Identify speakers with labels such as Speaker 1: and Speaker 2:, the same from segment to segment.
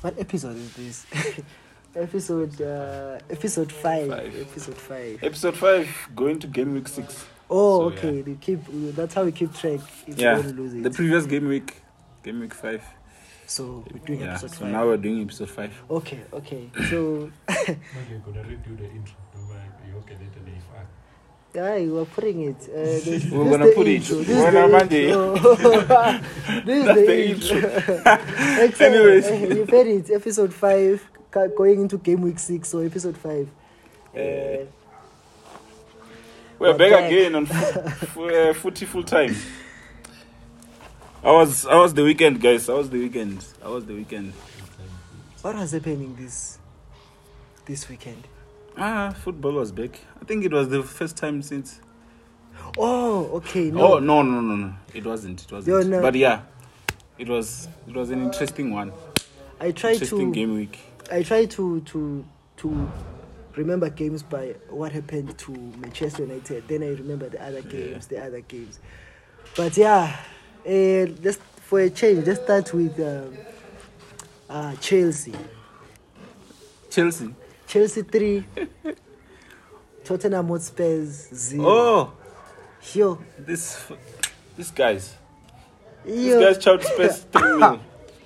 Speaker 1: What episode is this? episode uh, episode five.
Speaker 2: Five.
Speaker 1: Episode five.
Speaker 2: Episode 5, going to game week 6.
Speaker 1: Oh,
Speaker 3: So,
Speaker 1: okay.
Speaker 3: yeah.
Speaker 1: We keep. That's how we keep track. If
Speaker 2: Yeah.
Speaker 1: we don't lose it.
Speaker 2: The previous game week, game week 5.
Speaker 1: so we're doing
Speaker 2: yeah,
Speaker 1: episode
Speaker 2: so
Speaker 1: five.
Speaker 2: now we're doing episode 5.
Speaker 1: Okay. Okay. So
Speaker 3: Now you're gonna redo the intro. No, but you okay later. They fuck.
Speaker 1: yeah, you were putting it. Uh, this,
Speaker 2: We're
Speaker 1: this
Speaker 2: gonna
Speaker 1: the
Speaker 2: put it.
Speaker 1: intro, This
Speaker 2: We're
Speaker 1: the
Speaker 2: not Monday.
Speaker 1: intro. this
Speaker 2: That's
Speaker 1: is the
Speaker 2: the
Speaker 1: intro. Excellent.
Speaker 2: Anyways.
Speaker 1: you've heard it. Episode five, ca- going into game week six. So episode five.
Speaker 2: Eh.
Speaker 1: Uh,
Speaker 2: We're
Speaker 1: We're
Speaker 2: back,
Speaker 1: back.
Speaker 2: again on fu- fu- uh, footy full time. I was, I was the weekend, guys. I was the weekend. I was the weekend.
Speaker 1: what was happening this this weekend?
Speaker 2: Ah, football was back. I think it was the first time since
Speaker 1: Oh, okay. No.
Speaker 2: Oh no no no no! It wasn't. It wasn't.
Speaker 1: Yo, no.
Speaker 2: But yeah, it was. It was an interesting one.
Speaker 1: I try
Speaker 2: interesting
Speaker 1: to
Speaker 2: game week.
Speaker 1: I try to to to remember games by what happened to Manchester United. Then I remember the other games, the other games. But yeah, uh, let's for a change. Let's start with um, uh, Chelsea.
Speaker 2: Chelsea.
Speaker 1: Chelsea three, Tottenham Hotspurs zero.
Speaker 2: Oh,
Speaker 1: Yo,
Speaker 2: this, these guys. These
Speaker 1: yo.
Speaker 2: guys chowed space three mil.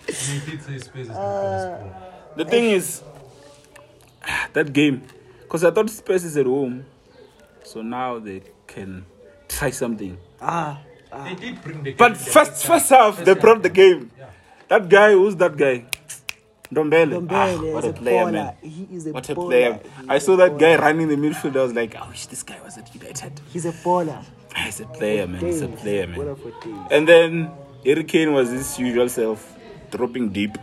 Speaker 3: They did say space is not
Speaker 1: Uh,
Speaker 3: gonna score.
Speaker 2: The thing is, ah, that game, because I thought space is at home, so now they can try something.
Speaker 1: Ah,
Speaker 3: They did bring the.
Speaker 2: But
Speaker 3: game the
Speaker 2: first,
Speaker 3: time.
Speaker 2: first half, they brought the game.
Speaker 3: Yeah.
Speaker 2: That guy, who's that guy? Dombele. Ah,
Speaker 1: Dombele
Speaker 2: what
Speaker 1: is
Speaker 2: a
Speaker 1: a
Speaker 2: player,
Speaker 1: baller.
Speaker 2: man.
Speaker 1: He is a
Speaker 2: What a
Speaker 1: baller.
Speaker 2: player.
Speaker 1: He's
Speaker 2: I
Speaker 1: a
Speaker 2: saw that
Speaker 1: baller.
Speaker 2: guy running in the midfield. I was like, I wish this guy was at United.
Speaker 1: He's a baller.
Speaker 2: Ah, He's a player, man. He's a
Speaker 1: Days.
Speaker 2: player,
Speaker 1: What
Speaker 2: man.
Speaker 1: up with days?
Speaker 2: And then Harry Kane was his usual self, dropping deep.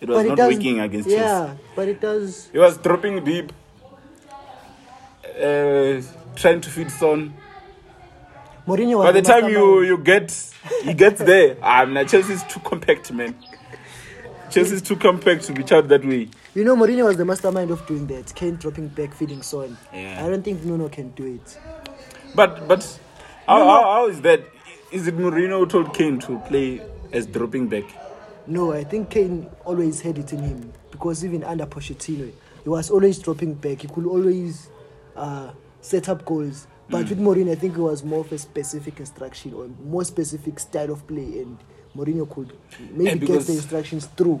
Speaker 2: It was
Speaker 1: it
Speaker 2: not
Speaker 1: does-
Speaker 2: working against
Speaker 1: yeah,
Speaker 2: Chelsea.
Speaker 1: but it does.
Speaker 2: He was dropping deep, uh, trying to feed Son.
Speaker 1: Mourinho was
Speaker 2: By the time you,
Speaker 1: mastermind.
Speaker 2: you get, he gets there. ah, I'm not. Chelsea's too compact, man. Chelsea's too compact to be out that way.
Speaker 1: You know, Mourinho was the mastermind of doing that. Kane dropping back, feeding Son.
Speaker 2: Yeah.
Speaker 1: I don't think Nuno can do it.
Speaker 2: But but how, how, how is that? Is it Mourinho who told Kane to play as dropping back?
Speaker 1: Uh, No, I think Kane always had it in him because even under Pochettino, he was always dropping back. He could always uh, set up goals.
Speaker 2: Mm.
Speaker 1: But with Mourinho, I think it was more of a specific instruction or more specific style of play, and Mourinho could
Speaker 2: Yeah,
Speaker 1: maybe get
Speaker 2: because-
Speaker 1: the instructions through.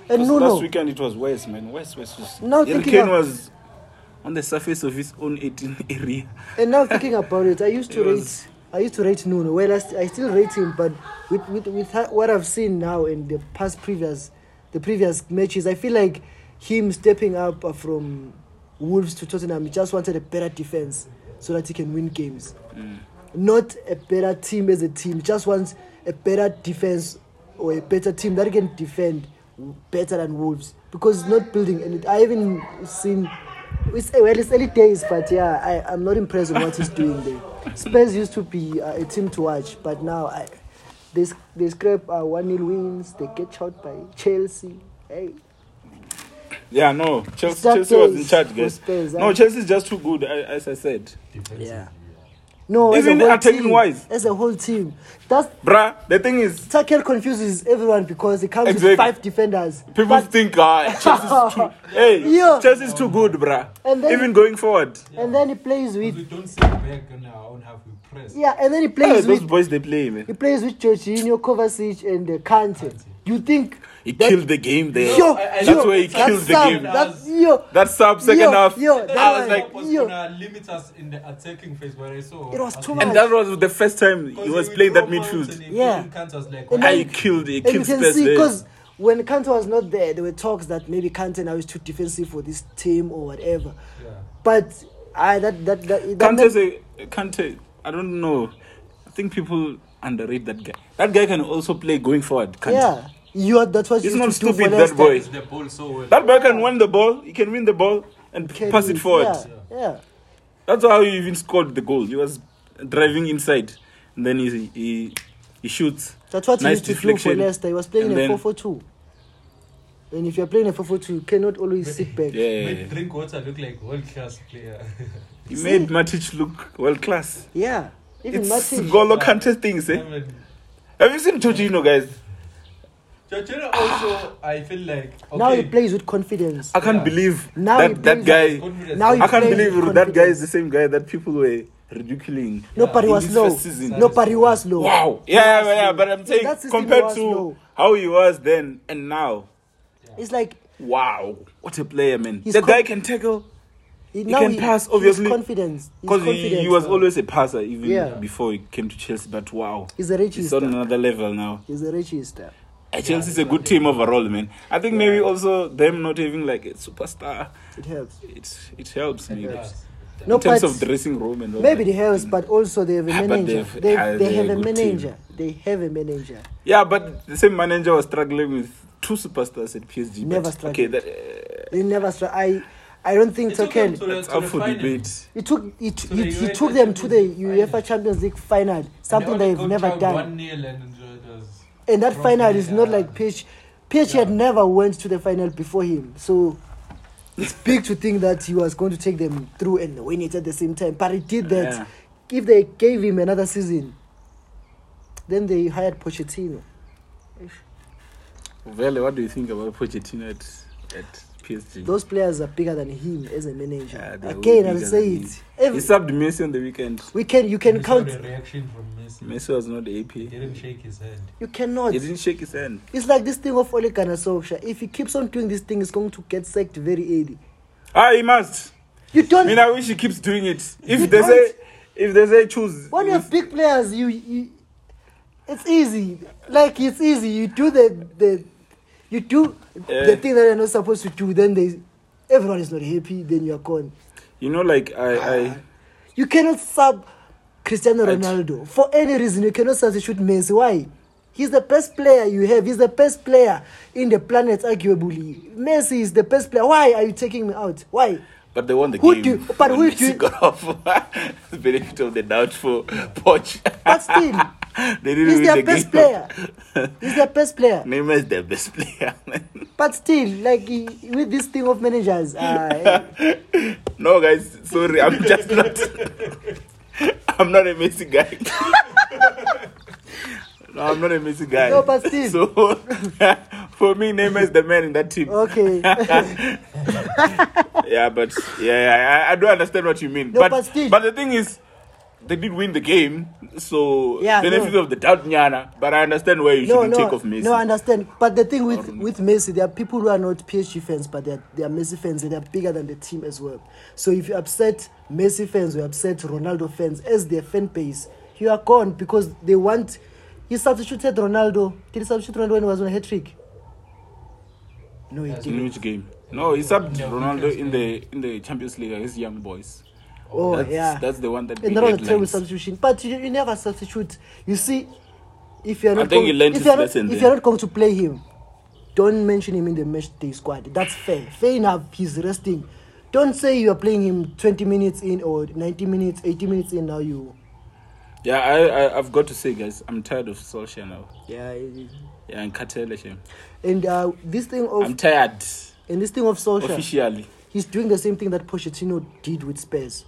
Speaker 1: And
Speaker 2: Because
Speaker 1: Nuno,
Speaker 2: last weekend it was worse, man. Worse, worse, worse.
Speaker 1: Now
Speaker 2: Harry
Speaker 1: thinking
Speaker 2: Kane
Speaker 1: of-
Speaker 2: was on the surface of his own 18 area.
Speaker 1: And now thinking about it, I used to
Speaker 2: It
Speaker 1: rate.
Speaker 2: was-
Speaker 1: I used to rate Nuno. Well, I, st- I still rate him, but with, with with ha- what I've seen now in the past previous, the previous matches, I feel like him stepping up uh, from Wolves to Tottenham. He just wanted a better defense so that he can win games, not a better team as a team. He just wants a better defense or a better team that can defend w- better than Wolves because it's not building. And I haven't seen it's, well, it's early days, but yeah, I, I'm not impressed with what he's doing there. Spurs used to be uh, a team to watch, but now I, they, s- they scrape uh, 1 0 wins, they get shot by Chelsea. Hey,
Speaker 2: Yeah, no. Chelsea,
Speaker 1: That
Speaker 2: Chelsea was
Speaker 1: is
Speaker 2: in charge,
Speaker 1: for
Speaker 2: guys.
Speaker 1: Spurs,
Speaker 2: no,
Speaker 1: eh?
Speaker 2: Chelsea's just too good, I- as I said.
Speaker 3: Defensive.
Speaker 1: Yeah. no, as
Speaker 2: Even
Speaker 1: a whole
Speaker 2: attacking
Speaker 1: team,
Speaker 2: wise.
Speaker 1: As a whole team. That's,
Speaker 2: Bruh, the thing is,
Speaker 1: Tucker confuses everyone because he comes
Speaker 2: Exactly.
Speaker 1: with five defenders.
Speaker 2: people
Speaker 1: But-
Speaker 2: think, ah, Chelsea's too, hey,
Speaker 1: Yeah.
Speaker 2: Chelsea's too good, bruh.
Speaker 1: And then-
Speaker 2: Even going forward.
Speaker 1: and then he plays
Speaker 3: Because
Speaker 1: with.
Speaker 3: we don't sit back on our own half. We press.
Speaker 1: Yeah, and then he
Speaker 2: Hey,
Speaker 1: plays
Speaker 2: those
Speaker 1: with.
Speaker 2: boys, they play, man.
Speaker 1: He plays with Jorginho, Kovacic, and uh, Kante. You think.
Speaker 2: He
Speaker 1: that-
Speaker 2: killed the game there.
Speaker 1: Yo,
Speaker 2: that's
Speaker 1: yo,
Speaker 2: where he
Speaker 1: that's
Speaker 2: killed the
Speaker 1: some-
Speaker 2: game. That,
Speaker 1: That's, yo,
Speaker 2: sub second
Speaker 1: yo,
Speaker 2: half.
Speaker 1: yo, that
Speaker 2: I
Speaker 1: one.
Speaker 2: was like,
Speaker 3: was
Speaker 1: yo.
Speaker 3: gonna limit us in the attacking phase, but I saw
Speaker 1: It was
Speaker 3: I
Speaker 1: too
Speaker 3: think-
Speaker 1: much.
Speaker 2: and that was the first time he
Speaker 3: Because
Speaker 2: was
Speaker 3: would
Speaker 2: playing that
Speaker 3: throw balls
Speaker 2: midfield.
Speaker 3: and he
Speaker 1: Yeah.
Speaker 3: couldn't catch us like-
Speaker 1: And
Speaker 2: I
Speaker 1: then-
Speaker 2: killed. He
Speaker 1: And you
Speaker 2: killed
Speaker 1: can
Speaker 2: space
Speaker 1: see
Speaker 2: there.
Speaker 1: because when Kante was not there, there were talks that maybe Kante now is too defensive for this team or whatever.
Speaker 3: Yeah.
Speaker 1: But I that that that, that
Speaker 2: Kante's
Speaker 1: meant-
Speaker 2: a, Kante, I don't know. I think people underrate that guy. That guy can also play going forward. Kante.
Speaker 1: yeah, you are that's what
Speaker 2: He's
Speaker 1: you
Speaker 2: not
Speaker 1: used to do
Speaker 2: stupid,
Speaker 1: for
Speaker 2: that
Speaker 1: Leicester.
Speaker 2: boy.
Speaker 3: Catch the ball so well.
Speaker 2: That guy can win the ball. He can win the ball and
Speaker 1: Can
Speaker 2: pass
Speaker 1: you-
Speaker 2: it forward.
Speaker 1: Yeah, yeah.
Speaker 2: That's how he even scored the goal. He was driving inside, and then he he, he shoots.
Speaker 1: That's what he
Speaker 2: nice
Speaker 1: used to do
Speaker 2: deflection.
Speaker 1: for Leicester. He was playing
Speaker 2: And
Speaker 1: in a
Speaker 2: then-
Speaker 1: 4-4-2. And if you're playing a 4-4-2, you cannot always sit back.
Speaker 2: Yeah,
Speaker 3: Made drink water look like world class player.
Speaker 2: he made Matic look world class.
Speaker 1: Yeah. Even
Speaker 2: It's
Speaker 1: Matic.
Speaker 2: Golo Kante things, eh?
Speaker 3: I mean,
Speaker 2: Have you seen Jorginho, guys?
Speaker 3: Chachira also, I feel like. Okay,
Speaker 1: Now he plays with confidence.
Speaker 2: I can't
Speaker 3: Yeah.
Speaker 2: believe
Speaker 1: Now he
Speaker 2: that, that
Speaker 1: brings
Speaker 2: guy.
Speaker 1: up
Speaker 3: confidence.
Speaker 1: Now he
Speaker 2: I can't
Speaker 1: plays
Speaker 2: believe
Speaker 1: with
Speaker 2: that guy is
Speaker 1: confidence.
Speaker 2: the same guy that people were ridiculing.
Speaker 1: No, but he
Speaker 2: in
Speaker 1: was
Speaker 2: his
Speaker 1: low.
Speaker 2: first season.
Speaker 1: No, but he was low.
Speaker 2: Wow.
Speaker 1: He
Speaker 2: Yeah,
Speaker 1: was
Speaker 2: yeah, yeah.
Speaker 1: low.
Speaker 2: But I'm
Speaker 1: So
Speaker 2: saying
Speaker 1: that system
Speaker 2: compared
Speaker 1: was
Speaker 2: to
Speaker 1: low.
Speaker 2: how he was then and now.
Speaker 1: it's like
Speaker 2: Wow, what a player, man!
Speaker 1: He's
Speaker 2: that
Speaker 1: con-
Speaker 2: guy can tackle
Speaker 1: he,
Speaker 2: He
Speaker 1: now
Speaker 2: can pass,
Speaker 1: he's
Speaker 2: obviously,
Speaker 1: confidence. He's
Speaker 2: because he, he
Speaker 1: confident
Speaker 2: was
Speaker 1: now.
Speaker 2: always a passer even
Speaker 1: Yeah.
Speaker 2: before he came to Chelsea. But wow,
Speaker 1: He's a richie
Speaker 2: he's on
Speaker 1: star.
Speaker 2: another level now.
Speaker 1: He's a richie star.
Speaker 2: Uh, Chelsea's a good team overall, man. I think maybe also them not having like a superstar,
Speaker 1: It helps.
Speaker 2: it it helps maybe
Speaker 3: Yes.
Speaker 1: No,
Speaker 2: in terms
Speaker 1: but
Speaker 2: of dressing room and all
Speaker 1: maybe it
Speaker 2: that.
Speaker 1: helps, but also they have a
Speaker 2: Ah, but
Speaker 1: manager.
Speaker 2: they've-
Speaker 1: They
Speaker 2: ah,
Speaker 1: have, they
Speaker 2: they're
Speaker 1: have
Speaker 2: a
Speaker 1: a
Speaker 2: good team.
Speaker 1: manager. They have a manager.
Speaker 2: Yeah, but the same manager was struggling with two superstars at PSG.
Speaker 1: Never
Speaker 2: but,
Speaker 1: struggled.
Speaker 2: Okay, that, uh,
Speaker 1: They never. Stri- I I don't think
Speaker 3: It
Speaker 1: it's
Speaker 3: took him
Speaker 1: okay.
Speaker 3: to the-
Speaker 2: that's
Speaker 3: to
Speaker 2: up
Speaker 3: the
Speaker 2: for
Speaker 3: final.
Speaker 2: debate.
Speaker 1: He took he, t-
Speaker 3: To
Speaker 1: he,
Speaker 3: the
Speaker 1: he
Speaker 3: UEFA
Speaker 1: took them to the
Speaker 3: Champions League
Speaker 1: UEFA E Champions League final, something
Speaker 3: only
Speaker 1: they've
Speaker 3: got
Speaker 1: never
Speaker 3: out
Speaker 1: done.
Speaker 3: 1-0 and it was-
Speaker 1: And that
Speaker 3: from
Speaker 1: final is not
Speaker 3: there.
Speaker 1: like PH. PH had never went to the final before him, so it's big to think that he was going to take them through and win it at the same time. But he did that.
Speaker 2: Yeah.
Speaker 1: If they gave him another season, then they hired Pochettino.
Speaker 2: Vele, what do you think about Pochettino at, at PSG?
Speaker 1: Those players are bigger than him as a manager.
Speaker 2: Yeah, they're way
Speaker 1: Again, I'll
Speaker 2: bigger
Speaker 1: say
Speaker 2: than him.
Speaker 1: it. Every,
Speaker 2: He subbed Messi on the weekend.
Speaker 1: we can you
Speaker 3: We
Speaker 1: can
Speaker 3: saw
Speaker 1: count.
Speaker 3: the reaction from Messi.
Speaker 2: Messi was not
Speaker 3: He
Speaker 2: AP.
Speaker 3: didn't shake his hand.
Speaker 1: You cannot.
Speaker 2: He didn't shake his hand.
Speaker 1: It's like this thing of Ole Gunnar Solskjaer. If he keeps on doing this thing, he's going to get sacked very early.
Speaker 2: Ah, he must.
Speaker 1: You
Speaker 2: I
Speaker 1: don't.
Speaker 2: mean, I wish he keeps doing it.
Speaker 1: You
Speaker 2: If they say,
Speaker 1: don't.
Speaker 2: if they say choose,
Speaker 1: when you have big players, you, you it's easy. Like it's easy. You do the the you do
Speaker 2: Yeah.
Speaker 1: the thing that you're not supposed to do. Then they everyone is not happy. Then you're gone.
Speaker 2: you know, like I, I,
Speaker 1: You cannot sub Cristiano
Speaker 2: Right.
Speaker 1: Ronaldo for any reason. You cannot substitute Messi. Why? He's the best player you have. He's the best player in the planet, arguably. Messi is the best player. Why are you taking me out? Why?
Speaker 2: but they won the
Speaker 1: Who
Speaker 2: game.
Speaker 1: do- but
Speaker 2: when
Speaker 1: who do-
Speaker 2: Messi got off the benefit of the doubt for Poch.
Speaker 1: But still,
Speaker 2: they didn't
Speaker 1: he's
Speaker 2: win
Speaker 1: their
Speaker 2: the
Speaker 1: best
Speaker 2: game.
Speaker 1: player. He's their best player.
Speaker 2: Neymar is their best player. man.
Speaker 1: But still, like he- with this thing of managers, uh,
Speaker 2: no, guys, sorry, I'm just not. I'm not a Messi guy. no, I'm not a Messi guy.
Speaker 1: No, but still.
Speaker 2: So, for me, Neymar is the man in that team.
Speaker 1: okay.
Speaker 2: yeah, but yeah, yeah, I, I don't understand what you mean.
Speaker 1: No,
Speaker 2: but
Speaker 1: but still-
Speaker 2: the thing is, they did win the game, so
Speaker 1: Yeah,
Speaker 2: benefit
Speaker 1: no.
Speaker 2: of the doubt, Nyana. But I understand where you
Speaker 1: no,
Speaker 2: shouldn't
Speaker 1: no,
Speaker 2: take off Messi.
Speaker 1: no, I understand. But the thing with
Speaker 2: Or-
Speaker 1: with Messi, there are people who are not PSG fans, but they are they are Messi fans, and they are bigger than the team as well. So if you upset Messi fans, or you upset Ronaldo fans as their fan base, you are gone because they want. He substituted Ronaldo. Did he substitute Ronaldo when he was on a hat trick? No, he
Speaker 2: in
Speaker 1: didn't.
Speaker 2: which game? No, he subbed
Speaker 3: No,
Speaker 2: Ronaldo
Speaker 3: because-
Speaker 2: in the in the Champions League against young boys.
Speaker 1: Oh,
Speaker 2: that's,
Speaker 1: yeah.
Speaker 2: that's the one that.
Speaker 1: And
Speaker 2: made
Speaker 1: that was a terrible
Speaker 2: headlines.
Speaker 1: substitution. But you, you never substitute. You see, if you're not,
Speaker 2: think he learned
Speaker 1: if
Speaker 2: his
Speaker 1: you're not,
Speaker 2: lesson
Speaker 1: if
Speaker 2: there.
Speaker 1: you're not going to play him, don't mention him in the match day squad. That's fair. Fair enough. He's resting. Don't say you're playing him 20 minutes in or 90 minutes, 80 minutes in. Now you,
Speaker 2: Yeah, I, I I've got to say, guys, I'm tired of Solskjaer now.
Speaker 1: yeah.
Speaker 2: Yeah, and Katele, Shem.
Speaker 1: And uh, this thing of
Speaker 2: I'm tired
Speaker 1: and this thing of Solskjaer,
Speaker 2: officially.
Speaker 1: he's doing the same thing that Pochettino did with Spurs.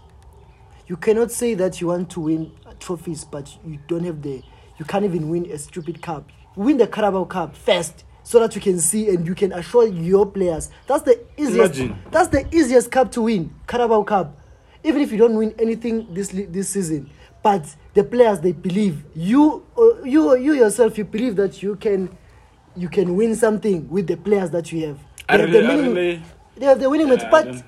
Speaker 1: You cannot say that you want to win trophies, but you don't have the. You can't even win a stupid cup. Win the Carabao Cup first, so that you can see and you can assure your players. That's the easiest.
Speaker 2: Imagine.
Speaker 1: That's the easiest cup to win, Carabao Cup. Even if you don't win anything this le- this season, but the players they believe you, uh, you, you yourself, you believe that you can, you can win something with the players that you have.
Speaker 2: I
Speaker 1: They have
Speaker 2: really-
Speaker 1: the
Speaker 2: I
Speaker 1: minimum-
Speaker 2: really-
Speaker 1: they have the winning
Speaker 2: Yeah,
Speaker 1: mentality,
Speaker 2: I
Speaker 1: but
Speaker 2: don't-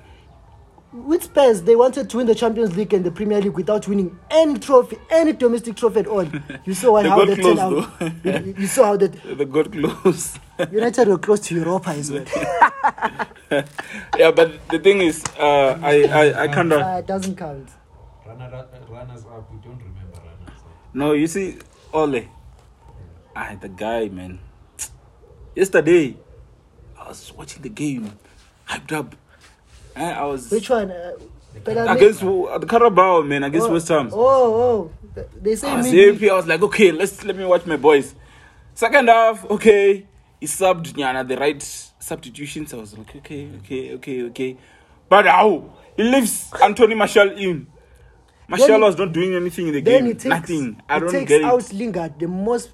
Speaker 1: with Spurs, they wanted to win the Champions League and the Premier League without winning any trophy, any domestic trophy at all. You saw what,
Speaker 2: They
Speaker 1: how
Speaker 2: got
Speaker 1: they
Speaker 2: close,
Speaker 1: turned out.
Speaker 2: though.
Speaker 1: You, you saw how that
Speaker 2: They got close.
Speaker 1: United were close to Europa as well.
Speaker 2: yeah, but the thing is, uh, I, I, I kind of
Speaker 1: Uh, it doesn't count.
Speaker 3: Runner, uh, runners up, we don't remember runners up.
Speaker 2: no. You see, Ole, ah, the guy, man. Yesterday, I was watching the game, hyped up. Eh, I was
Speaker 1: Which one? Uh, Bellamy?
Speaker 2: against who- uh, the Carabao, man, against
Speaker 1: oh,
Speaker 2: West Ham. Ah,
Speaker 1: Oh, oh. They say
Speaker 2: I was
Speaker 1: midweek.
Speaker 2: happy. I was like, okay, let's let me watch my boys. Second half, okay, he subbed Nyana the right substitutions. I was like, okay, okay, okay, okay. But how he leaves Anthony Marshall in. Marshall
Speaker 1: Then he-
Speaker 2: was not doing anything in the
Speaker 1: Then
Speaker 2: game.
Speaker 1: he takes,
Speaker 2: nothing. I
Speaker 1: he
Speaker 2: don't
Speaker 1: takes
Speaker 2: get it.
Speaker 1: out Lingard, the most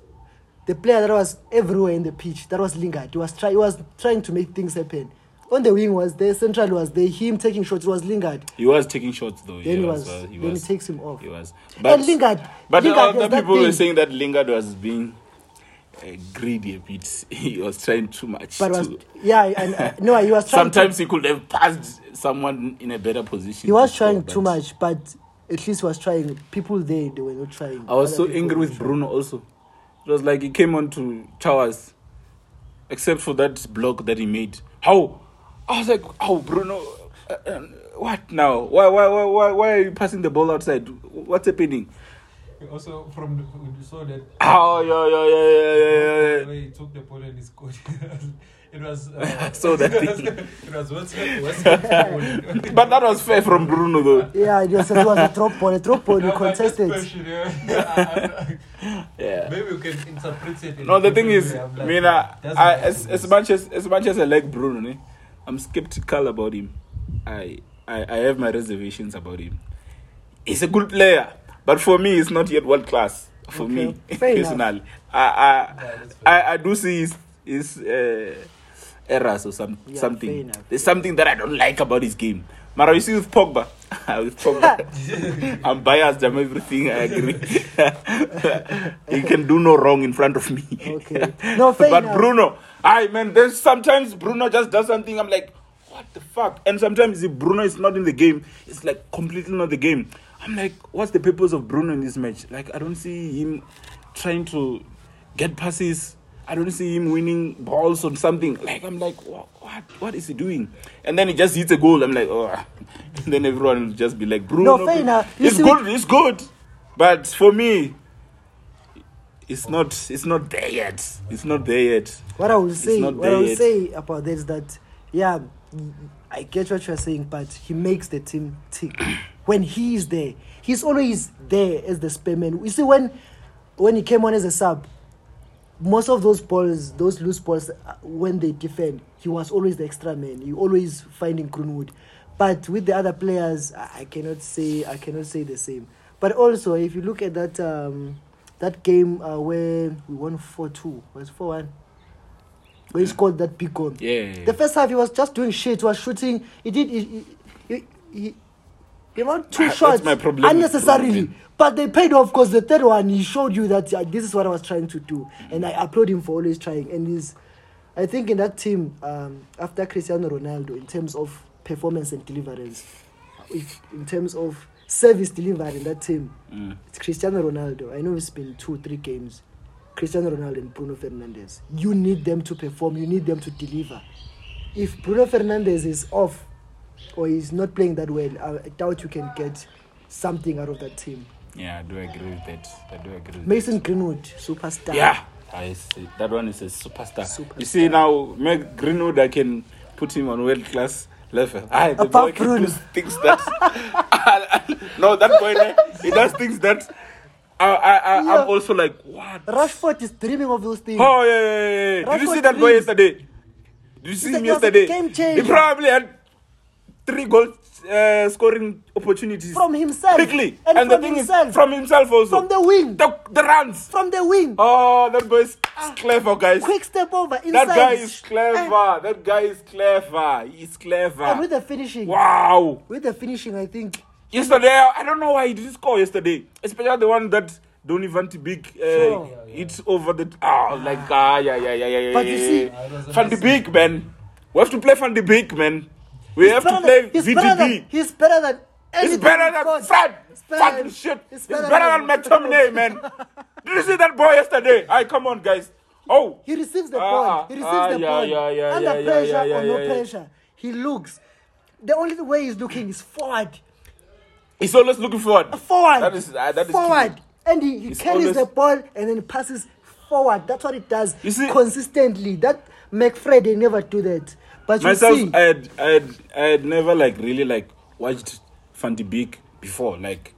Speaker 1: the player that was everywhere in the pitch, that was Lingard. He was try, he was trying to make things happen. On the wing was there, central was there, him taking shots, it was Lingard.
Speaker 2: He was taking shots though.
Speaker 1: Then he was,
Speaker 2: uh, he
Speaker 1: then
Speaker 2: was,
Speaker 1: he takes him off.
Speaker 2: He was.
Speaker 1: and Lingard,
Speaker 2: But
Speaker 1: Lingard
Speaker 2: other
Speaker 1: has that
Speaker 2: people were
Speaker 1: thing.
Speaker 2: saying that Lingard was being uh, greedy a bit. he was trying too much.
Speaker 1: but was,
Speaker 2: to-
Speaker 1: yeah, and uh, no, he was trying. to-
Speaker 2: sometimes he could have passed someone in a better position.
Speaker 1: he was
Speaker 2: to score,
Speaker 1: trying too
Speaker 2: but
Speaker 1: much, but at least he was trying. People there, they were not trying.
Speaker 2: I was
Speaker 1: Other
Speaker 2: so
Speaker 1: people
Speaker 2: angry
Speaker 1: were
Speaker 2: with
Speaker 1: trying.
Speaker 2: Bruno also. It was like he came on to Towers, except for that block that he made. How? I was like, oh, Bruno, uh, uh, what now? Why, why, why, why, why are you passing the ball outside? What's happening?
Speaker 3: Also, from the, when you saw that.
Speaker 2: Oh, yeah, yeah, yeah, yeah, yeah, yeah, yeah.
Speaker 3: Where he took the ball and he scored. it was. Uh,
Speaker 2: I saw that
Speaker 3: it was-
Speaker 2: thing.
Speaker 3: it was what's what's But
Speaker 2: But that was fair from Bruno, though.
Speaker 1: Yeah, it was, it was a drop ball. A drop ball, we contested.
Speaker 2: Yeah.
Speaker 3: Maybe you can interpret it. in
Speaker 2: No,
Speaker 3: a
Speaker 2: the thing
Speaker 3: different
Speaker 2: is,
Speaker 3: way. I'm like,
Speaker 2: Mina,
Speaker 3: that's
Speaker 2: I,
Speaker 3: not
Speaker 2: as, as
Speaker 3: possible.
Speaker 2: much as as much as I like Bruno, ne, I'm skeptical about him. I, I I have my reservations about him. He's a good player, but for me, he's not yet world class. For me,
Speaker 1: Okay, fair enough.
Speaker 2: personally, I
Speaker 3: Yeah, that's
Speaker 2: I,
Speaker 3: fair.
Speaker 2: I I do see his his uh, errors or some
Speaker 1: Yeah, fair
Speaker 2: something.
Speaker 1: enough.
Speaker 2: There's something that I don't like about his game. Mara, you see with Pogba, Ah, with Pogba, I'm biased. I'm everything. I agree. he can do no wrong in front of me.
Speaker 1: Okay. No, fair
Speaker 2: but
Speaker 1: enough.
Speaker 2: Bruno, I man, there's sometimes Bruno just does something. I'm like, what the fuck? And sometimes if Bruno is not in the game, it's like completely not the game. I'm like, what's the purpose of Bruno in this match? Like, I don't see him trying to get passes. I don't see him winning balls or something. Like, I'm like, what? What, what is he doing? And then he just hits a goal. I'm like, oh. And then everyone will just be like, Bruno,
Speaker 1: fair enough. You
Speaker 2: it's
Speaker 1: see-
Speaker 2: good, it's good. But for me, it's not it's not there yet it's not there yet
Speaker 1: What I will say,
Speaker 2: not
Speaker 1: what I
Speaker 2: there
Speaker 1: will
Speaker 2: yet.
Speaker 1: say about that is that, yeah, I get what you are saying, but he makes the team tick. when he is there, he's always there as the spearman. You see, when when he came on as a sub, most of those balls, those loose balls, uh, when they defend, he was always the extra man. He always finding Greenwood. But with the other players, I I cannot say I cannot say the same. But also, if you look at that um, that game uh, where we won four two, was four one. Where he scored that big goal.
Speaker 2: Yeah, yeah, yeah.
Speaker 1: The first half he was just doing shit. He was shooting. He did. He, he, he, he, he won two
Speaker 2: That's
Speaker 1: shots
Speaker 2: my problem with
Speaker 1: unnecessarily.
Speaker 2: Greenwood.
Speaker 1: But they paid off because the third one he showed you that uh, this is what I was trying to do, and I applaud him for always trying. And he's, I think, in that team um, after Cristiano Ronaldo in terms of performance and deliverance, if, in terms of service delivery in that team,
Speaker 2: Mm.
Speaker 1: it's Cristiano Ronaldo. I know it's been two, three games. Cristiano Ronaldo and Bruno Fernandes. You need them to perform. You need them to deliver. If Bruno Fernandes is off, or he's not playing that well, I doubt you can get something out of that team.
Speaker 2: yeah i do agree with that i do agree with
Speaker 1: Mason Greenwood, superstar.
Speaker 2: that. yeah i see that one is a superstar, you
Speaker 1: Superstar.
Speaker 2: see now make greenwood i can put him on world class level i the
Speaker 1: Apart
Speaker 2: boy can
Speaker 1: Bruno.
Speaker 2: do things that no that boy eh, he does things that I, I, I,
Speaker 1: Yeah.
Speaker 2: i'm also like what
Speaker 1: Rashford is dreaming of those things.
Speaker 2: Oh yeah, yeah, yeah, yeah. Did you
Speaker 1: Rashford
Speaker 2: see that boy
Speaker 1: Reeves.
Speaker 2: yesterday? Did you see
Speaker 1: He's
Speaker 2: him
Speaker 1: a- he was a
Speaker 2: yesterday?
Speaker 1: game
Speaker 2: he
Speaker 1: changer.
Speaker 2: probably had three goal uh, scoring opportunities
Speaker 1: From himself.
Speaker 2: quickly,
Speaker 1: And
Speaker 2: the
Speaker 1: from
Speaker 2: thing is
Speaker 1: himself.
Speaker 2: from himself also
Speaker 1: From the wing.
Speaker 2: the, the runs.
Speaker 1: From the wing.
Speaker 2: Oh, that boy is clever, guys.
Speaker 1: Ah. Quick step over. Inside.
Speaker 2: that guy is clever.
Speaker 1: Eh,
Speaker 2: that guy is clever. He's clever.
Speaker 1: And with the finishing.
Speaker 2: wow.
Speaker 1: With the finishing, I think.
Speaker 2: Yesterday, I don't know why he didn't score yesterday. Especially the one that Donny Van de Beek uh,
Speaker 1: Sure.
Speaker 2: hits over the. Oh, like, ah, yeah, yeah, yeah, yeah, yeah.
Speaker 1: But you
Speaker 2: yeah,
Speaker 1: see-
Speaker 2: yeah.
Speaker 3: That was
Speaker 2: Van de
Speaker 3: amazing.
Speaker 2: Beek, man. We have to play Van de Beek, man. We have to
Speaker 1: better
Speaker 2: play
Speaker 1: than- he's better than.
Speaker 2: VDB.
Speaker 1: He's better than.
Speaker 2: It's
Speaker 1: anything
Speaker 2: better
Speaker 1: we've
Speaker 2: than
Speaker 1: got.
Speaker 2: Fred.
Speaker 1: It's better
Speaker 2: Fucking
Speaker 1: than-
Speaker 2: shit. It's
Speaker 1: it's
Speaker 2: better
Speaker 1: better
Speaker 2: than
Speaker 1: than-
Speaker 2: McTominay, man. Did you see that boy yesterday? Aye, come on, guys. Oh.
Speaker 1: He receives the
Speaker 2: Ah,
Speaker 1: ball. He
Speaker 2: ah,
Speaker 1: receives
Speaker 2: ah,
Speaker 1: the
Speaker 2: yeah,
Speaker 1: ball.
Speaker 2: yeah, yeah,
Speaker 1: Under
Speaker 2: yeah, yeah,
Speaker 1: pressure
Speaker 2: yeah,
Speaker 1: or
Speaker 2: yeah,
Speaker 1: no
Speaker 2: yeah.
Speaker 1: pressure. He looks. The only way he's looking is forward.
Speaker 2: He's always looking forward.
Speaker 1: Forward.
Speaker 2: That is, uh, that is
Speaker 1: forward. And he, he
Speaker 2: He's
Speaker 1: carries
Speaker 2: always-
Speaker 1: the ball and then passes forward. That's what it does
Speaker 2: You see-
Speaker 1: consistently. That McFred they never do that. But you
Speaker 2: myself
Speaker 1: see,
Speaker 2: I had, I had i had never like really like watched van de beek before like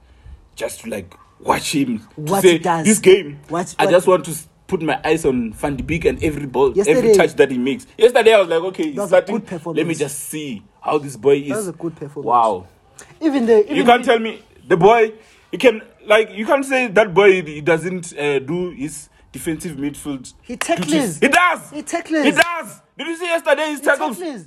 Speaker 2: just to like watch him to
Speaker 1: What
Speaker 2: say,
Speaker 1: he does.
Speaker 2: this game
Speaker 1: What-
Speaker 2: i
Speaker 1: what-
Speaker 2: just want to s- put my eyes on van de beek and every ball every
Speaker 1: Yesterday-
Speaker 2: touch that he makes yesterday i was like okay he's
Speaker 1: was a
Speaker 2: starting
Speaker 1: good performance.
Speaker 2: let me just see how this boy is
Speaker 1: was a good performance.
Speaker 2: wow
Speaker 1: even the even
Speaker 2: you can't
Speaker 1: the-
Speaker 2: tell me the boy you can like you can't say that boy he doesn't uh, do his defensive midfield.
Speaker 1: He
Speaker 2: duties.
Speaker 1: tackles.
Speaker 2: He does.
Speaker 1: He tackles.
Speaker 2: He does. Did you see yesterday his
Speaker 1: He
Speaker 2: tackles?
Speaker 1: tackles.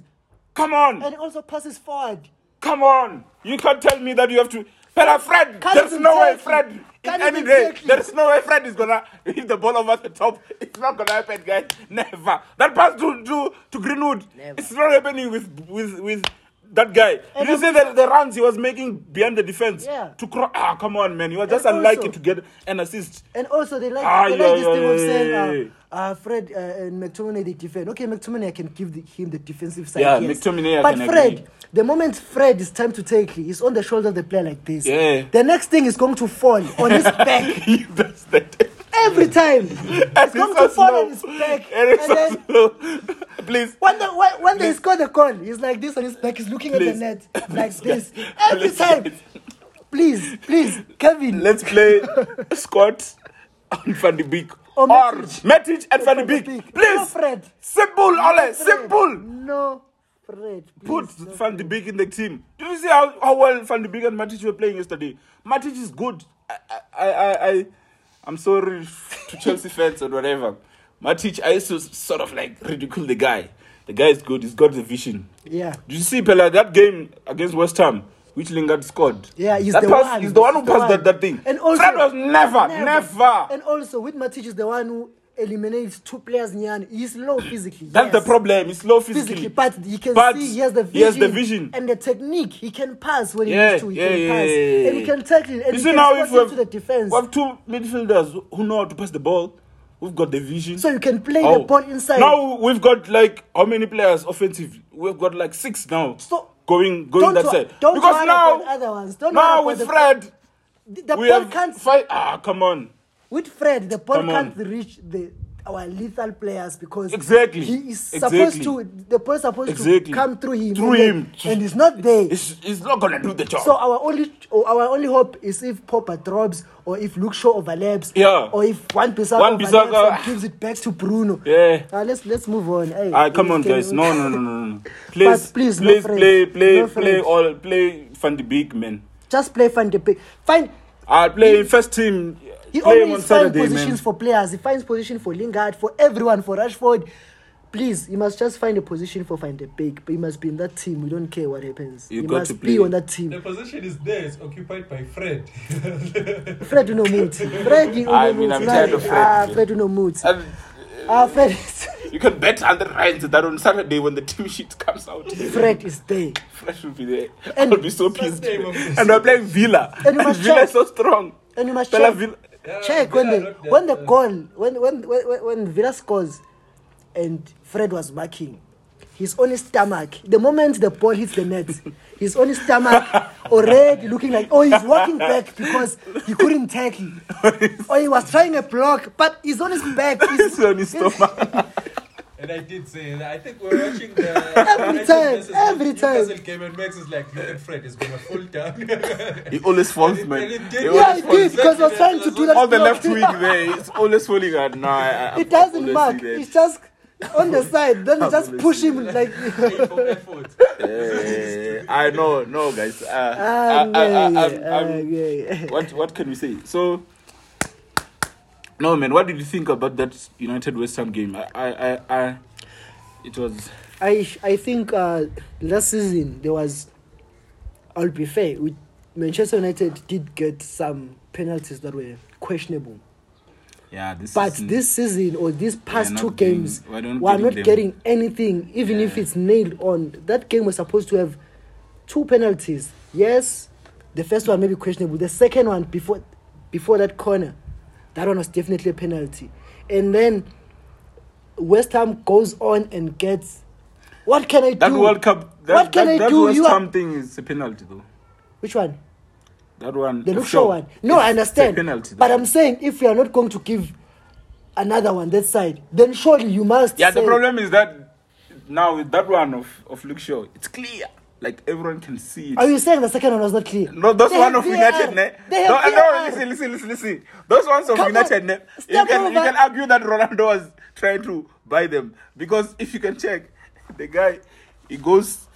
Speaker 2: Come on.
Speaker 1: And he also passes forward.
Speaker 2: Come on. You can't tell me that you have to. Fella, Fred,
Speaker 1: Can't
Speaker 2: there's
Speaker 1: even
Speaker 2: no way
Speaker 1: take it.
Speaker 2: Fred, in
Speaker 1: Can't
Speaker 2: any
Speaker 1: even
Speaker 2: day,
Speaker 1: take it.
Speaker 2: there's no way Fred is gonna hit the ball over the top. It's not gonna happen, guys. Never. That pass to, to, to Greenwood,
Speaker 1: Never.
Speaker 2: it's not happening with with with that guy.
Speaker 1: And
Speaker 2: Did you see
Speaker 1: I'm-
Speaker 2: the, the runs he was making behind the defense?
Speaker 1: Yeah.
Speaker 2: To cro- ah, come on, man. You was just
Speaker 1: also-
Speaker 2: unlucky to get an assist.
Speaker 1: And also, they like,
Speaker 2: Ah,
Speaker 1: they
Speaker 2: yeah,
Speaker 1: like this
Speaker 2: yeah,
Speaker 1: thing of
Speaker 2: yeah,
Speaker 1: saying,
Speaker 2: yeah,
Speaker 1: uh, uh, Fred uh, and McTominay, they defend. Okay, McTominay, I can give the, him the defensive side.
Speaker 2: Yeah,
Speaker 1: yes.
Speaker 2: McTominay, I
Speaker 1: But
Speaker 2: can
Speaker 1: Fred,
Speaker 2: agree.
Speaker 1: the moment Fred is time to take, he's on the shoulder of the player like this.
Speaker 2: Yeah.
Speaker 1: The next thing is going to fall on his back
Speaker 2: he does that.
Speaker 1: every time. It's going to fall on his back.
Speaker 2: And it's
Speaker 1: And then
Speaker 2: so slow. Please.
Speaker 1: When, the, when, when they score the goal, he's like this on his back. He's looking at
Speaker 2: Please.
Speaker 1: the net like
Speaker 2: Please,
Speaker 1: this
Speaker 2: guys.
Speaker 1: every
Speaker 2: Please,
Speaker 1: time.
Speaker 2: guys.
Speaker 1: Please, please, Kevin.
Speaker 2: Let's play Scott and Van de Beek. Or
Speaker 1: Or
Speaker 2: Matic,
Speaker 1: Matic.
Speaker 2: and Van
Speaker 1: Van de
Speaker 2: de Beek.
Speaker 1: Beek. No,
Speaker 2: Please.
Speaker 1: Fred.
Speaker 2: Simple, Ole.
Speaker 1: Fred.
Speaker 2: Simple.
Speaker 1: No, Fred.
Speaker 2: Put
Speaker 1: please, no.
Speaker 2: Van de Beek in the team. Did you see how, how well Van de Beek and Matic were playing yesterday? Matic is good. I, I, I, I, I'm sorry to Chelsea fans or whatever. Matic, I used to sort of like ridicule the guy. The guy is good. He's got the vision.
Speaker 1: Yeah.
Speaker 2: Did you see Pella that game against West Ham, which Lingard scored?
Speaker 1: Yeah, he's
Speaker 2: that
Speaker 1: the
Speaker 2: pass,
Speaker 1: one.
Speaker 2: He's the one who
Speaker 1: He's the
Speaker 2: passed that,
Speaker 1: one.
Speaker 2: that thing.
Speaker 1: And also-
Speaker 2: Fred was never, never.
Speaker 1: And also, with Matic is the one who eliminates two players. Nyan, he's low physically.
Speaker 2: That's the
Speaker 1: yes.
Speaker 2: problem. He's low physically.
Speaker 1: Physically, but he can
Speaker 2: But
Speaker 1: see he has the vision.
Speaker 2: he has the vision.
Speaker 1: and the technique. He can pass when
Speaker 2: Yeah,
Speaker 1: he needs to. He
Speaker 2: yeah,
Speaker 1: can
Speaker 2: yeah,
Speaker 1: pass
Speaker 2: yeah, yeah,
Speaker 1: and he
Speaker 2: yeah.
Speaker 1: can tackle and
Speaker 2: you
Speaker 1: he
Speaker 2: see
Speaker 1: can
Speaker 2: now, if we
Speaker 1: slot
Speaker 2: have,
Speaker 1: into the defense.
Speaker 2: we have two midfielders who know how to pass the ball, we've got the vision.
Speaker 1: So you can play
Speaker 2: How?
Speaker 1: the ball inside.
Speaker 2: Oh, Now we've got like how many players offensive? We've got like six now.
Speaker 1: So-
Speaker 2: going going
Speaker 1: Don't
Speaker 2: that
Speaker 1: wo-
Speaker 2: side.
Speaker 1: don't
Speaker 2: because
Speaker 1: worry
Speaker 2: now
Speaker 1: about other ones. Don't
Speaker 2: now
Speaker 1: worry
Speaker 2: with
Speaker 1: about the-
Speaker 2: Fred,
Speaker 1: The the
Speaker 2: we
Speaker 1: ball
Speaker 2: have
Speaker 1: can't
Speaker 2: five. Ah, come on.
Speaker 1: with Fred, the ball
Speaker 2: Come on.
Speaker 1: can't reach the our lethal players because
Speaker 2: Exactly.
Speaker 1: he is
Speaker 2: Exactly.
Speaker 1: supposed to the ball is supposed
Speaker 2: Exactly.
Speaker 1: to come through him
Speaker 2: Through
Speaker 1: and,
Speaker 2: him.
Speaker 1: and it's not there.
Speaker 2: It's, it's not gonna do the job.
Speaker 1: so our only our only hope is if Popper drops or if Luke Shaw overlaps
Speaker 2: Yeah.
Speaker 1: or if one Bissaka
Speaker 2: Wan
Speaker 1: overlaps
Speaker 2: Bissaka-
Speaker 1: and gives it back to Bruno.
Speaker 2: Yeah.
Speaker 1: Ah, let's let's move on. Hey,
Speaker 2: Ah, come
Speaker 1: we
Speaker 2: on,
Speaker 1: can-
Speaker 2: guys. No, no, no, no, no. Please,
Speaker 1: please, no
Speaker 2: please
Speaker 1: Fred.
Speaker 2: play, play,
Speaker 1: No Fred.
Speaker 2: play all, play Van de Beek, man.
Speaker 1: Just play Van de Beek. Find
Speaker 2: I'll play first team.
Speaker 1: He
Speaker 2: play him on
Speaker 1: always finds
Speaker 2: Saturday,
Speaker 1: positions
Speaker 2: man.
Speaker 1: for players. He finds position for Lingard, for everyone, for Rashford. Please, you must just find a position for find a big. But you must be in that team. We don't care what happens.
Speaker 2: You
Speaker 1: You,
Speaker 2: got
Speaker 1: must
Speaker 2: to
Speaker 1: be
Speaker 2: play.
Speaker 1: on that
Speaker 3: The
Speaker 1: team.
Speaker 3: position is there, it's occupied by Fred.
Speaker 1: Fred do no mood. Fred do no
Speaker 2: I mean,
Speaker 1: mood.
Speaker 2: I'm tired of Fred,
Speaker 1: Ah,
Speaker 2: man.
Speaker 1: Fred do no mood.
Speaker 2: And
Speaker 1: Ah, Fred. Is,
Speaker 2: you can bet under Ryan that on Saturday when the team sheet comes out,
Speaker 1: Fred is there.
Speaker 2: Fresh will be there.
Speaker 1: And-
Speaker 2: I'll be so pissed.
Speaker 3: Saturday, we'll be
Speaker 2: and we're playing Villa.
Speaker 1: And you must
Speaker 2: Villa
Speaker 1: check.
Speaker 2: is so strong.
Speaker 1: And you must
Speaker 2: Pella
Speaker 1: check.
Speaker 2: Villa.
Speaker 3: Yeah,
Speaker 1: check
Speaker 3: they
Speaker 1: when
Speaker 3: are
Speaker 1: the
Speaker 3: not that,
Speaker 1: when the
Speaker 3: uh,
Speaker 1: goal when when when when- when Villa scores, and Fred was marking. He's on his stomach. The moment the ball hits the net, he's on his stomach already looking like, oh, he's walking back because he couldn't tackle. or he was trying a block, but he's on his back. He's-
Speaker 2: It's on his stomach.
Speaker 3: And I did say that. I think we're watching the. Every
Speaker 1: time, every time.
Speaker 3: game and Max is like, look at Fred, he's going to fall down. yeah,
Speaker 2: he always falls, man.
Speaker 3: And it
Speaker 2: He
Speaker 3: did.
Speaker 1: yeah, he
Speaker 2: always falls.
Speaker 1: did because I was trying to do that.
Speaker 2: All the left
Speaker 1: block.
Speaker 2: wing there, it's always falling out. No, I, I, I'm
Speaker 1: It doesn't
Speaker 2: always
Speaker 1: mark.
Speaker 2: there.
Speaker 1: It's just on the side. Then you just
Speaker 2: Obviously.
Speaker 1: push him like.
Speaker 3: for effort.
Speaker 2: Eh, I know, no, guys. Uh,
Speaker 1: Ah,
Speaker 2: I, I, I,
Speaker 1: yeah,
Speaker 2: I'm-
Speaker 1: ah,
Speaker 2: I'm-
Speaker 1: yeah.
Speaker 2: what what can we say? So, no, man. What did you think about that United West Ham game? I, I, I, I it was
Speaker 1: I I think uh, last season there was. I'll be fair. We, Manchester United did get some penalties that were questionable,
Speaker 2: yeah. This
Speaker 1: but
Speaker 2: season-
Speaker 1: this season or these past
Speaker 2: Mm. not
Speaker 1: two
Speaker 2: getting-
Speaker 1: games,
Speaker 2: we're not
Speaker 1: we're
Speaker 2: getting
Speaker 1: not
Speaker 2: them.
Speaker 1: getting anything, even if
Speaker 2: Yeah.
Speaker 1: it's nailed on. That game was supposed to have two penalties. Yes, the first one may be questionable. The second one before before that corner, that one was definitely a penalty, and then West Ham goes on and gets. What can I
Speaker 2: that
Speaker 1: do?
Speaker 2: World Cup. That,
Speaker 1: what can
Speaker 2: that,
Speaker 1: I
Speaker 2: that
Speaker 1: do?
Speaker 2: West
Speaker 1: You are-
Speaker 2: Ham thing is a penalty though.
Speaker 1: Which one?
Speaker 2: That one.
Speaker 1: The
Speaker 2: for
Speaker 1: Luke Shaw one. No,
Speaker 2: It's
Speaker 1: I understand.
Speaker 2: A penalty,
Speaker 1: but
Speaker 2: though.
Speaker 1: I'm saying if you are not going to give another one that side, then surely you must.
Speaker 2: Yeah, the
Speaker 1: say-
Speaker 2: problem is that now with that one of of Luke Shaw, it's clear. Like everyone can see it.
Speaker 1: Are you saying the second one was not clear?
Speaker 2: No, those
Speaker 1: They
Speaker 2: one
Speaker 1: have
Speaker 2: of United,
Speaker 1: VAR.
Speaker 2: ne?
Speaker 1: They
Speaker 2: No,
Speaker 1: have
Speaker 2: no,
Speaker 1: VAR.
Speaker 2: listen, listen, listen, listen. Those ones of
Speaker 1: Come on,
Speaker 2: United, ne? You
Speaker 1: step
Speaker 2: can, you
Speaker 1: over.
Speaker 2: can argue that Ronaldo was trying to buy them because if you can check, the guy he goes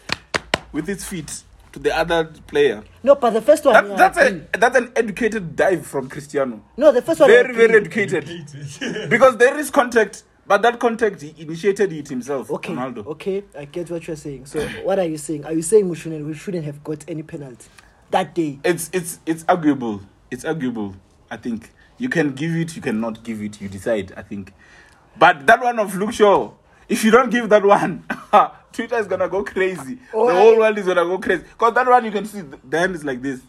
Speaker 2: with his feet to the other player.
Speaker 1: No, but the first one.
Speaker 2: That,
Speaker 1: yeah, I
Speaker 2: that's
Speaker 1: agree.
Speaker 2: a that's an educated dive from Cristiano.
Speaker 1: No, the first one. I
Speaker 2: Very very
Speaker 1: agree.
Speaker 2: educated because there is contact, but that contact he initiated it himself.
Speaker 1: Okay,
Speaker 2: Ronaldo.
Speaker 1: okay, I get what you're saying. So, what are you saying? Are you saying we shouldn't we shouldn't have got any penalty that day?
Speaker 2: It's it's it's arguable. It's arguable. I think you can give it, you cannot give it. You decide. I think, but that one of Luke Shaw. If you don't give that one, Twitter is gonna go crazy.
Speaker 1: Why?
Speaker 2: The whole world is gonna go crazy. Cause that one you can see th- the hand is like this,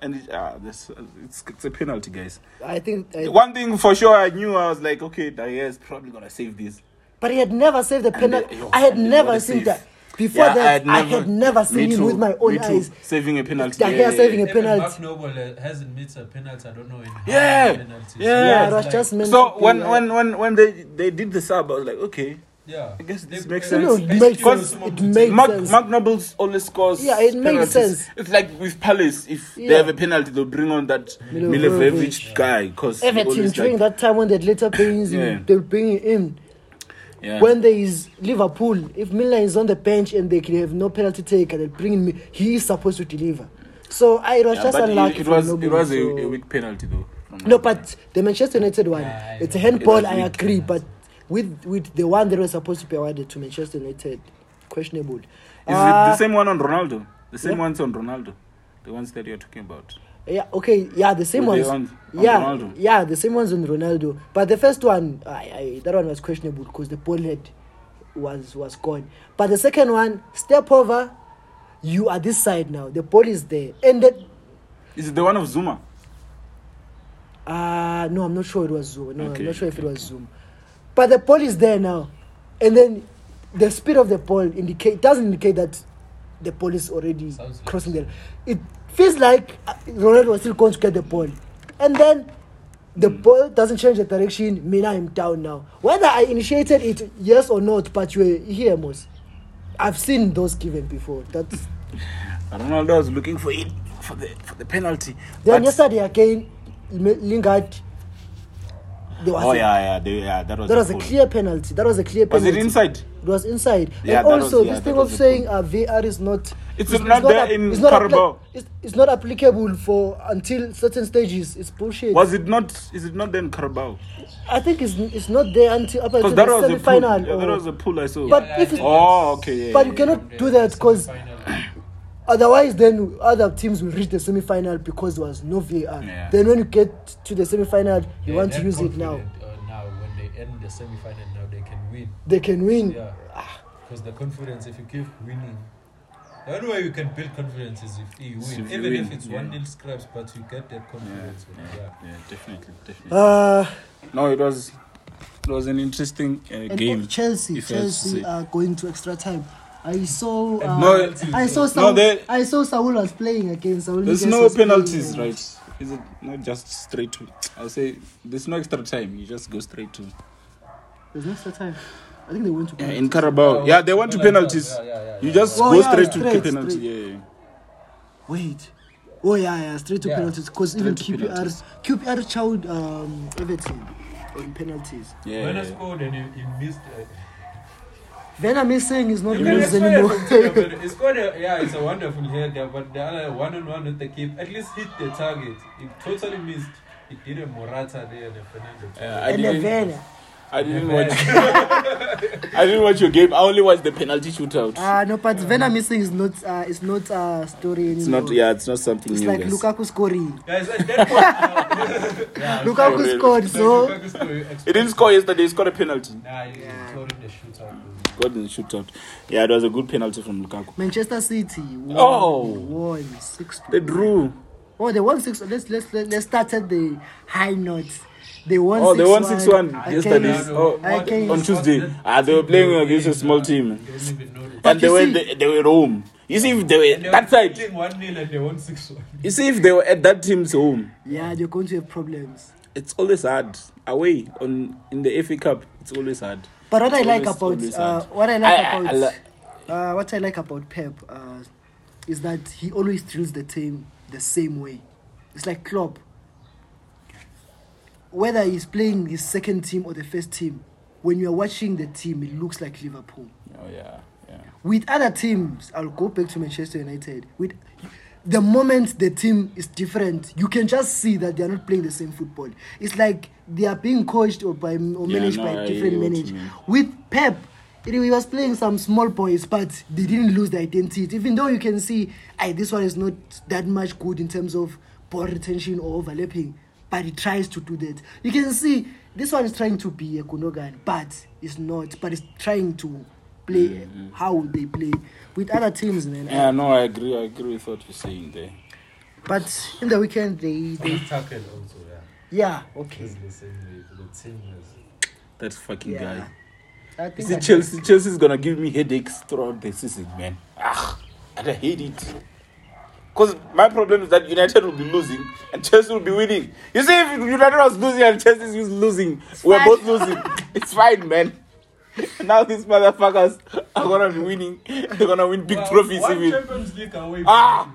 Speaker 2: and it, ah, this, it's it's a penalty, guys.
Speaker 1: I think. I,
Speaker 2: One thing for sure, I knew I was like, okay, Dyer is probably gonna save this.
Speaker 1: But he had never saved the
Speaker 2: And
Speaker 1: penalty.
Speaker 2: they- yo,
Speaker 1: I had
Speaker 2: and they
Speaker 1: never
Speaker 2: got a
Speaker 1: seen
Speaker 2: save.
Speaker 1: that. Before
Speaker 2: Yeah,
Speaker 1: that, I had never, seen
Speaker 2: me
Speaker 1: him
Speaker 2: too,
Speaker 1: with my own
Speaker 2: me too,
Speaker 1: eyes.
Speaker 2: saving a penalty.
Speaker 1: Dyer
Speaker 2: yeah,
Speaker 1: saving
Speaker 2: yeah,
Speaker 1: a penalty.
Speaker 3: Mark Noble uh, hasn't missed a penalty. I don't know. in how many
Speaker 2: Yeah,
Speaker 3: penalties.
Speaker 2: yeah.
Speaker 3: So
Speaker 1: Yeah,
Speaker 2: Yes,
Speaker 1: it
Speaker 3: it's
Speaker 1: was
Speaker 3: like-
Speaker 1: just meant to
Speaker 2: So
Speaker 1: be
Speaker 2: when
Speaker 1: like-
Speaker 2: when when when they they did the sub, I was like, okay,
Speaker 3: Yeah.
Speaker 2: I guess this
Speaker 3: They-
Speaker 2: makes
Speaker 1: No,
Speaker 2: sense.
Speaker 1: no, it makes
Speaker 2: Because
Speaker 1: sense.
Speaker 3: it
Speaker 1: It makes
Speaker 2: Mark,
Speaker 1: sense.
Speaker 2: Mark Nobles always scores.
Speaker 1: Yeah, it makes
Speaker 2: penalties.
Speaker 1: sense.
Speaker 2: It's like with Palace, if
Speaker 1: Yeah.
Speaker 2: they have a penalty, they'll bring on that
Speaker 1: Milosevic.
Speaker 2: Milosevic, guy because
Speaker 1: Everton during that time when they later brings
Speaker 2: Yeah.
Speaker 1: him, they'll bring him in.
Speaker 2: Yeah.
Speaker 1: When there is Liverpool, if Milan is on the bench and they can have no penalty taker, they bring him. in, He is supposed to deliver. So I it was
Speaker 2: Yeah,
Speaker 1: just
Speaker 2: but it-
Speaker 1: unlucky.
Speaker 2: It
Speaker 1: for
Speaker 2: was
Speaker 1: Noble,
Speaker 2: it was
Speaker 1: so-
Speaker 2: a, a weak penalty though. from
Speaker 1: No,
Speaker 2: Mark.
Speaker 1: but the Manchester United one,
Speaker 3: Yeah, I
Speaker 1: it's a
Speaker 3: know.
Speaker 1: handball.
Speaker 2: It was
Speaker 1: I
Speaker 2: weak.
Speaker 1: agree, but with with the one that was supposed to be awarded to Manchester United, questionable.
Speaker 2: Is it
Speaker 1: Uh,
Speaker 2: the same one on Ronaldo? The same
Speaker 1: yeah.
Speaker 2: ones on Ronaldo, the ones that you're talking about.
Speaker 1: Yeah. Okay. Yeah, the same
Speaker 2: Were they
Speaker 1: ones.
Speaker 2: on- on
Speaker 1: yeah,
Speaker 2: Ronaldo?
Speaker 1: yeah, the same ones on Ronaldo. But the first one, I, I that one was questionable because the ball head was was gone. But the second one, step over, you are this side now. The ball is there, and that.
Speaker 2: Is it the one of Zuma?
Speaker 1: Uh no, I'm not sure it was Zoom. No, I'm
Speaker 2: Okay,
Speaker 1: not sure if
Speaker 2: okay,
Speaker 1: it was Zoom. But the ball is there now, and then the speed of the ball indicate doesn't indicate that the ball is already
Speaker 3: Sounds like-
Speaker 1: crossing there. It feels like uh, Ronaldo was still going to get the ball, and then the
Speaker 2: Hmm.
Speaker 1: ball doesn't change the direction. Mina, I'm down now. Whether I initiated it, yes or not, but you were here, Mos. I've seen those given before. That's
Speaker 2: Ronaldo was looking for it for the for the penalty.
Speaker 1: then
Speaker 2: but-
Speaker 1: yesterday again, Lingard. There was
Speaker 2: Oh
Speaker 1: a-
Speaker 2: yeah, yeah, they, yeah. That was
Speaker 1: That was a
Speaker 2: goal.
Speaker 1: clear penalty. That was a clear
Speaker 2: Was
Speaker 1: penalty.
Speaker 2: it inside?
Speaker 1: It was inside.
Speaker 2: Yeah,
Speaker 1: and
Speaker 2: that was-
Speaker 1: also,
Speaker 2: yeah,
Speaker 1: this
Speaker 2: that
Speaker 1: thing
Speaker 2: was
Speaker 1: of
Speaker 2: the
Speaker 1: saying uh, VR is not.
Speaker 2: It's not there
Speaker 1: app-
Speaker 2: in
Speaker 1: it's not appli-
Speaker 2: Carabao.
Speaker 1: it's, it's not applicable for until certain stages. It's bullshit.
Speaker 2: Was it not? Is it not then Carabao?
Speaker 1: I think it's it's not there until up until
Speaker 2: Because
Speaker 1: the
Speaker 2: that was a
Speaker 1: semi
Speaker 2: pool.
Speaker 1: final.
Speaker 2: Yeah, that was a pool I saw.
Speaker 1: uh, But
Speaker 3: Yeah, I
Speaker 1: if
Speaker 3: think
Speaker 1: it-
Speaker 2: oh, okay. Yeah,
Speaker 1: but
Speaker 2: yeah,
Speaker 1: you cannot do that because
Speaker 3: Final.
Speaker 1: otherwise, then other teams will reach the semi final because there was no VAR.
Speaker 2: Yeah.
Speaker 1: Then when you get to the semi final, you
Speaker 3: Yeah,
Speaker 1: want to
Speaker 3: they're
Speaker 1: use it now.
Speaker 3: confident, Uh, now, when they end the semi-final, now they can win.
Speaker 1: They can win.
Speaker 3: Yeah, because the confidence. If you keep winning, the only way you can build confidence is if you
Speaker 2: Is
Speaker 3: win.
Speaker 2: if you
Speaker 3: Even
Speaker 2: win,
Speaker 3: if it's
Speaker 2: yeah.
Speaker 3: one nil scraps, but you get that confidence. when you are.
Speaker 2: yeah. Yeah, definitely, definitely.
Speaker 1: Uh,
Speaker 2: no, it was, it was an interesting uh,
Speaker 1: And
Speaker 2: game.
Speaker 1: oh, Chelsea,
Speaker 2: if I have to
Speaker 1: Chelsea
Speaker 2: say.
Speaker 1: are going to extra time. I saw. Uh,
Speaker 2: No,
Speaker 1: I saw. Saul,
Speaker 2: no, they-
Speaker 1: I saw Saul was playing against. Saul
Speaker 2: There's
Speaker 1: Niguez
Speaker 2: no
Speaker 1: was playing
Speaker 2: penalties,
Speaker 1: and-
Speaker 2: right? Is it not just straight to? I say there's no extra time. You just go straight to.
Speaker 1: There's no extra time. I think they went to.
Speaker 2: Yeah,
Speaker 1: penalties.
Speaker 2: in Carabao. Yeah, they went to penalties.
Speaker 3: Yeah, yeah, yeah,
Speaker 2: You
Speaker 3: yeah.
Speaker 2: just
Speaker 1: Oh,
Speaker 2: go
Speaker 1: yeah,
Speaker 2: straight to
Speaker 1: straight,
Speaker 2: penalty.
Speaker 1: straight.
Speaker 2: Yeah, yeah.
Speaker 1: Wait. Oh yeah, yeah, straight to
Speaker 3: Yeah.
Speaker 1: penalties because even
Speaker 2: Straight to
Speaker 1: QPR, QPR chowed um, Everton on penalties.
Speaker 2: yeah.
Speaker 3: Werner
Speaker 2: yeah, yeah.
Speaker 3: scored and he, he missed. Uh,
Speaker 1: Werner missing is not
Speaker 3: even
Speaker 1: rules
Speaker 3: Werner
Speaker 1: anymore.
Speaker 3: from Zimbabwe, he scored a, yeah, it's a wonderful header, but the other one on one with the keep at least hit the target. He totally missed. He did a Morata there and a Fernando.
Speaker 2: Yeah, Uh, I
Speaker 1: and then
Speaker 2: didn't,
Speaker 1: Werner.
Speaker 2: I didn't watch. I didn't watch your game. I only watched the penalty shootout.
Speaker 1: Ah no, but Werner missing is not. Uh, it's not a uh, story anymore.
Speaker 2: it's not. Yeah, it's not something
Speaker 1: It's
Speaker 2: new,
Speaker 1: like
Speaker 2: guys.
Speaker 1: Lukaku scoring.
Speaker 3: Guys, at that point, now, yeah,
Speaker 1: Lukaku
Speaker 2: really.
Speaker 1: scored, so.
Speaker 2: He didn't score yesterday. He scored a penalty.
Speaker 3: Nah, he scored in the shootout.
Speaker 2: Got in the shootout. Yeah, it was a good penalty from Lukaku.
Speaker 1: Manchester City won,
Speaker 2: Oh.
Speaker 1: won six.
Speaker 2: They drew.
Speaker 1: Oh, they won six. Let's let's let's let's start at the high notes. They won.
Speaker 2: Oh, they won 6-1
Speaker 1: 6-1 against-
Speaker 2: yesterday.
Speaker 3: Ronaldo,
Speaker 2: Oh,
Speaker 1: I can-
Speaker 2: on Tuesday. Ah, they were playing against a small team.
Speaker 3: They don't even know that.
Speaker 1: But
Speaker 2: And they
Speaker 1: you
Speaker 2: were
Speaker 1: see-
Speaker 2: they, they were at home. You see if they
Speaker 3: And
Speaker 2: were
Speaker 3: they
Speaker 2: that
Speaker 3: were
Speaker 2: side.
Speaker 3: playing 1-0 and they won 6-1.
Speaker 2: You see if they were at that team's home.
Speaker 1: Yeah, they're going to have problems.
Speaker 2: It's always hard away on in the FA Cup. It's always hard.
Speaker 1: But what I like
Speaker 2: Always-
Speaker 1: about
Speaker 2: always
Speaker 1: uh,
Speaker 2: hard.
Speaker 1: what I like
Speaker 2: I- I- I
Speaker 1: about
Speaker 2: like-
Speaker 1: uh, what I like about Pep uh, is that he always drills the team the same way. It's like Klopp. Whether he's playing his second team or the first team, when you're watching the team, it looks like Liverpool.
Speaker 2: Oh yeah, yeah.
Speaker 1: With other teams, I'll go back to Manchester United. With the moment the team is different, you can just see that they are not playing the same football. It's like they are being coached or by or
Speaker 2: Yeah,
Speaker 1: managed
Speaker 2: no,
Speaker 1: by
Speaker 2: I
Speaker 1: different
Speaker 2: hear what you
Speaker 1: managers.
Speaker 2: mean.
Speaker 1: With Pep, it, he was playing some small boys, but they didn't lose their identity. Even though you can see, I this one is not that much good in terms of ball retention or overlapping, but he tries to do that. You can see this one is trying to be a Kunogan, but it's not. But it's trying to play how they play with other teams, man.
Speaker 2: Yeah, no, I agree. I agree with what you're saying there.
Speaker 1: But in the weekend, they, they
Speaker 3: tackle also, yeah.
Speaker 1: yeah, okay.
Speaker 3: It's the same way. The team is.
Speaker 2: That fucking
Speaker 1: Yeah.
Speaker 2: guy.
Speaker 1: I
Speaker 2: You
Speaker 1: think
Speaker 2: see,
Speaker 1: I-
Speaker 2: Chelsea, Chelsea's gonna give me headaches throughout the season, man. Ah, and I hate it. Because my problem is that United will be losing and Chelsea will be winning. You see, if United was losing and Chelsea is losing, we're
Speaker 1: fine.
Speaker 2: both losing. It's fine, man. Now these motherfuckers are gonna be winning. They're gonna win big trophies.
Speaker 3: One
Speaker 2: even.
Speaker 3: Champions League away.
Speaker 2: Ah!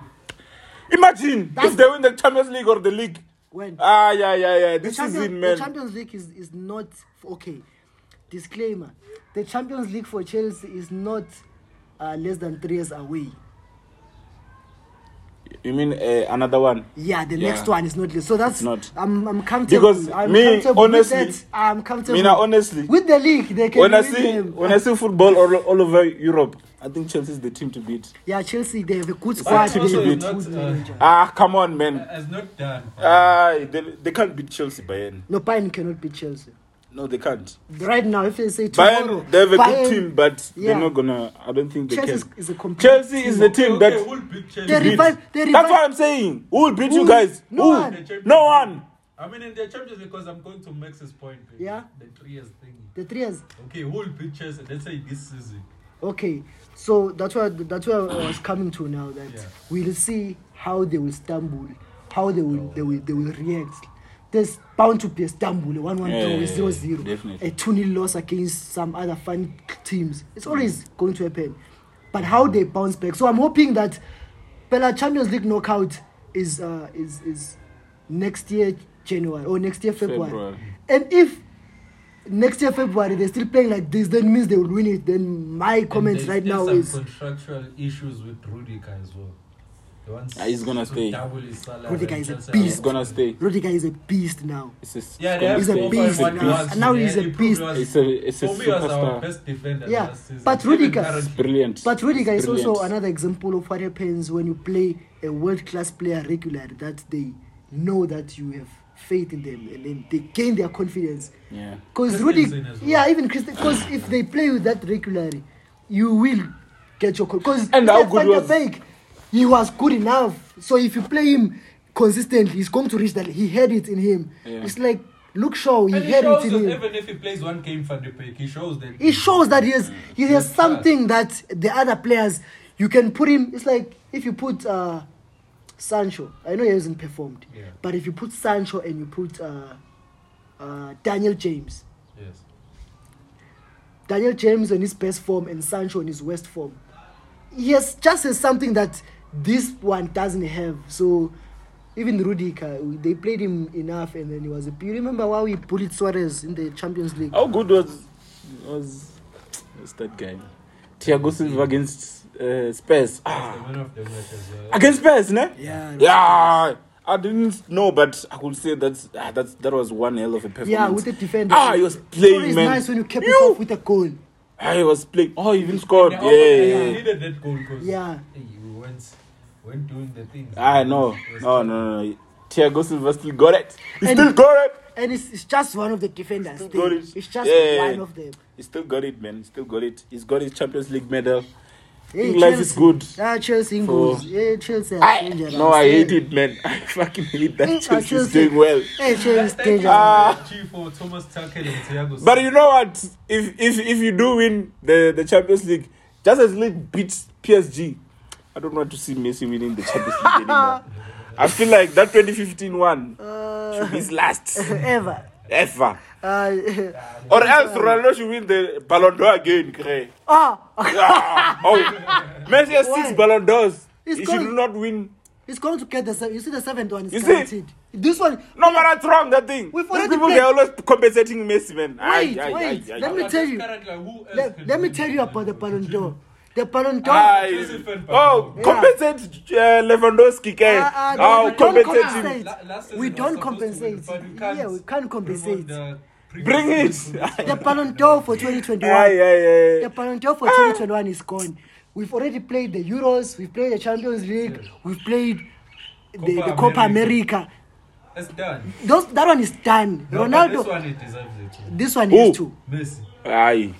Speaker 2: Imagine if they win the Champions League or the league.
Speaker 1: when
Speaker 2: Ah, yeah, yeah, yeah. This
Speaker 1: Champions-
Speaker 2: season,
Speaker 1: the
Speaker 2: man.
Speaker 1: Champions League is, is not okay. Disclaimer: the Champions League for Chelsea is not uh, less than three years away.
Speaker 2: You mean uh, another one?
Speaker 1: Yeah, the
Speaker 2: Yeah.
Speaker 1: next one is not less. So that's
Speaker 2: It's not.
Speaker 1: I'm I'm comfortable.
Speaker 2: Because
Speaker 1: I'm
Speaker 2: me,
Speaker 1: comfortable
Speaker 2: honestly,
Speaker 1: with that. I'm comfortable.
Speaker 2: Mina, honestly,
Speaker 1: with the league, they can
Speaker 2: when I
Speaker 1: win
Speaker 2: see
Speaker 1: them.
Speaker 2: when I see football all, all over Europe, I think Chelsea is the team to beat.
Speaker 1: yeah, Chelsea they have a good squad. They
Speaker 3: also
Speaker 1: have a
Speaker 3: not,
Speaker 1: good
Speaker 3: uh,
Speaker 1: manager.
Speaker 2: Ah, come on, man.
Speaker 3: Has not done.
Speaker 2: Ah, they, they can't beat Chelsea Bayern.
Speaker 1: No, Bayern cannot beat Chelsea
Speaker 2: No, they can't.
Speaker 1: right now. If they say tomorrow,
Speaker 2: Bayern, they have a
Speaker 1: Bayern-
Speaker 2: good team, but
Speaker 1: yeah.
Speaker 2: they're not gonna. I don't think they
Speaker 1: Chelsea is-
Speaker 2: can.
Speaker 1: is a complete
Speaker 2: Chelsea is the team
Speaker 3: okay,
Speaker 2: that
Speaker 3: Who will beat
Speaker 1: They
Speaker 3: Chelsea?
Speaker 2: beats.
Speaker 1: revive. They revive.
Speaker 2: That's what I'm saying. Who will beat
Speaker 1: Who?
Speaker 2: you guys?
Speaker 1: No
Speaker 2: Who?
Speaker 1: one.
Speaker 2: No one.
Speaker 3: I mean, in the Champions League, because I'm going to Max's point. Baby.
Speaker 1: Yeah.
Speaker 3: The three years thing.
Speaker 1: the three years.
Speaker 3: Okay, who will beat Chelsea? Let's say this season.
Speaker 1: Okay, so that's where that's where I was coming to now. That
Speaker 3: Yeah.
Speaker 1: we'll see how they will stumble, how they will they will they will react. There's bound to be a stumble, a one one
Speaker 2: Yeah,
Speaker 1: draw,
Speaker 2: yeah,
Speaker 1: a
Speaker 2: yeah,
Speaker 1: zero zero,
Speaker 2: definitely.
Speaker 1: a two 0 loss against some other fun teams. It's always going to happen, but how they bounce back. So I'm hoping that Bella Champions League knockout is uh, is is next year January or next year February.
Speaker 2: February.
Speaker 1: and if next year February they're still playing like this, then means they will win it. Then my comments
Speaker 3: And
Speaker 1: right
Speaker 3: there's
Speaker 1: now
Speaker 3: still
Speaker 1: is
Speaker 3: some contractual issues with Rudiger as well. He wants
Speaker 2: Ah, he's gonna
Speaker 3: to
Speaker 2: stay.
Speaker 3: double his salary.
Speaker 1: Rudiger is a
Speaker 3: Chelsea
Speaker 1: beast.
Speaker 2: He's gonna stay.
Speaker 1: Rudiger is a beast now.
Speaker 2: It's a, it's
Speaker 3: Yeah, they
Speaker 2: gonna
Speaker 3: have
Speaker 1: He's a
Speaker 2: stay.
Speaker 3: to offer
Speaker 1: beast
Speaker 3: him what he
Speaker 1: now.
Speaker 3: wants.
Speaker 1: And now
Speaker 3: Yeah,
Speaker 1: he's a
Speaker 3: he proved he
Speaker 1: beast.
Speaker 3: was-
Speaker 2: It's a it's a
Speaker 3: For me, he was our
Speaker 2: superstar.
Speaker 3: best defender
Speaker 1: Yeah,
Speaker 3: last season.
Speaker 1: but
Speaker 3: Even
Speaker 1: Rudiger-
Speaker 3: currently.
Speaker 2: Brilliant.
Speaker 1: But Rudiger is
Speaker 2: Brilliant.
Speaker 1: also another example of what happens when you play a world class player regularly that they know that you have faith in them and then they gain their confidence.
Speaker 2: Yeah.
Speaker 1: Because
Speaker 3: Christensen
Speaker 1: Rudiger,
Speaker 3: as well.
Speaker 1: yeah, even because if they play with that regularly, you will get your because
Speaker 2: And how good was-
Speaker 1: he was good enough. So if you play him consistently, he's going to reach that. He had it in him.
Speaker 2: Yeah.
Speaker 1: It's like Luke Shaw, he
Speaker 3: And he
Speaker 1: had
Speaker 3: shows
Speaker 1: it
Speaker 3: us,
Speaker 1: in him.
Speaker 3: even if he plays one game for the pick, he shows that.
Speaker 1: It shows that he has, he has
Speaker 3: Yes,
Speaker 1: something that the other players you can put him. It's like if you put uh, Sancho. I know he hasn't performed,
Speaker 3: Yeah.
Speaker 1: but if you put Sancho and you put uh, uh, Daniel James,
Speaker 3: Yes.
Speaker 1: Daniel James on his best form and Sancho on his worst form, he has just has something that this one doesn't have. So even Rudiger, they played him enough, and then he was. A, you remember how he bullied Suarez in the Champions League?
Speaker 3: Oh.
Speaker 2: How good was was was that guy? Thiago Silva against uh, Spurs.
Speaker 3: The
Speaker 2: Ah,
Speaker 3: man of the match as well.
Speaker 2: against Spurs, ne?
Speaker 1: Yeah, it was
Speaker 2: Yeah. I didn't know, but I could say that's ah, that's that was one hell of a performance.
Speaker 1: Yeah, with the defender.
Speaker 2: Ah, he was
Speaker 1: It's
Speaker 2: playing,
Speaker 1: always
Speaker 2: man.
Speaker 1: nice when you kept it
Speaker 2: You-
Speaker 1: off with a goal.
Speaker 2: Ah, he was playing. Oh, he even scored.
Speaker 3: Yeah,
Speaker 2: Yeah.
Speaker 3: oh, yeah,
Speaker 2: yeah,
Speaker 3: he
Speaker 2: yeah.
Speaker 3: needed that goal because
Speaker 1: Yeah.
Speaker 3: we went, went doing the things.
Speaker 2: Ah, no, no, no, no. no. Thiago Silva still got it. He
Speaker 1: And-
Speaker 2: still got it.
Speaker 1: And it's, it's just one of the defenders.
Speaker 2: Still
Speaker 1: thing.
Speaker 2: got it.
Speaker 1: It's just
Speaker 2: Yeah.
Speaker 1: one of them.
Speaker 2: He still got it, man. He still got it. He's got his Champions League medal.
Speaker 1: Hey,
Speaker 2: Life is good.
Speaker 1: Ah, Chelsea
Speaker 2: For-
Speaker 1: goals. Hey, Chelsea are
Speaker 2: I,
Speaker 1: dangerous.
Speaker 2: no, I
Speaker 1: Hey.
Speaker 2: hate it, man. I fucking hate
Speaker 1: Hey,
Speaker 2: that
Speaker 1: ah,
Speaker 2: Chelsea's doing well.
Speaker 1: Hey, Chelsea is
Speaker 3: Thank
Speaker 1: dangerous.
Speaker 3: you,
Speaker 2: Ah.
Speaker 3: G, for Thomas Tuchel and Thiago
Speaker 2: But
Speaker 3: Silva.
Speaker 2: you know what? If if if you do win the, the Champions League, just as League beats PSG, I don't want to see Messi winning the Champions League anymore. I feel like that 2015 one should be his last
Speaker 1: Uh, Ever.
Speaker 2: ever.
Speaker 1: Uh,
Speaker 2: Or else Ronaldo should win the Ballon d'Or again. Cray.
Speaker 1: oh,
Speaker 2: Ah, oh, Messi has
Speaker 1: Why?
Speaker 2: six Ballon d'Ors.
Speaker 1: It's
Speaker 2: he
Speaker 1: called-
Speaker 2: should not win.
Speaker 1: it's going to get the seven. You see the seventh one is
Speaker 2: You see?
Speaker 1: guaranteed. This one.
Speaker 2: No, man, that's wrong. That thing.
Speaker 1: We've
Speaker 2: These
Speaker 1: already
Speaker 2: people
Speaker 1: played-
Speaker 2: they are always compensating Messi, man. Aye,
Speaker 1: Wait,
Speaker 2: aye,
Speaker 1: wait.
Speaker 2: aye, aye,
Speaker 1: Let
Speaker 2: aye.
Speaker 1: me
Speaker 3: But
Speaker 1: tell you.
Speaker 3: currently, who else
Speaker 1: Let,
Speaker 3: can
Speaker 1: let me
Speaker 3: win
Speaker 1: tell
Speaker 3: the
Speaker 1: you about the
Speaker 3: Ballon
Speaker 1: Ballon d'Or. The Ballon d'Or.
Speaker 2: Aye.
Speaker 3: Joseph Van
Speaker 2: Oh,
Speaker 3: Baal.
Speaker 2: compensate uh, Lewandowski, eh?
Speaker 1: Ah, ah,
Speaker 2: oh,
Speaker 1: don't- don't
Speaker 2: compensate him.
Speaker 1: compensate.
Speaker 3: La- last season
Speaker 1: we
Speaker 3: was
Speaker 1: don't
Speaker 3: supposed to win,
Speaker 1: compensate.
Speaker 3: but we can't
Speaker 1: yeah, we can't compensate.
Speaker 3: promote the previous
Speaker 2: Bring
Speaker 3: season.
Speaker 2: it.
Speaker 1: The Ballon d'Or for 2021.
Speaker 2: Aye, aye,
Speaker 1: The
Speaker 2: aye.
Speaker 1: Ballon d'Or for 2021 is gone. We've already played the Euros, we've played the Champions League, we've played the Copa, the
Speaker 3: Copa
Speaker 1: Copa America.
Speaker 3: America. It's done.
Speaker 1: Those that one is done.
Speaker 3: No, but
Speaker 1: Ronaldo,
Speaker 3: This one, it deserves it.
Speaker 1: this one,
Speaker 2: Who?
Speaker 1: is too.
Speaker 3: Messi.
Speaker 2: Aye.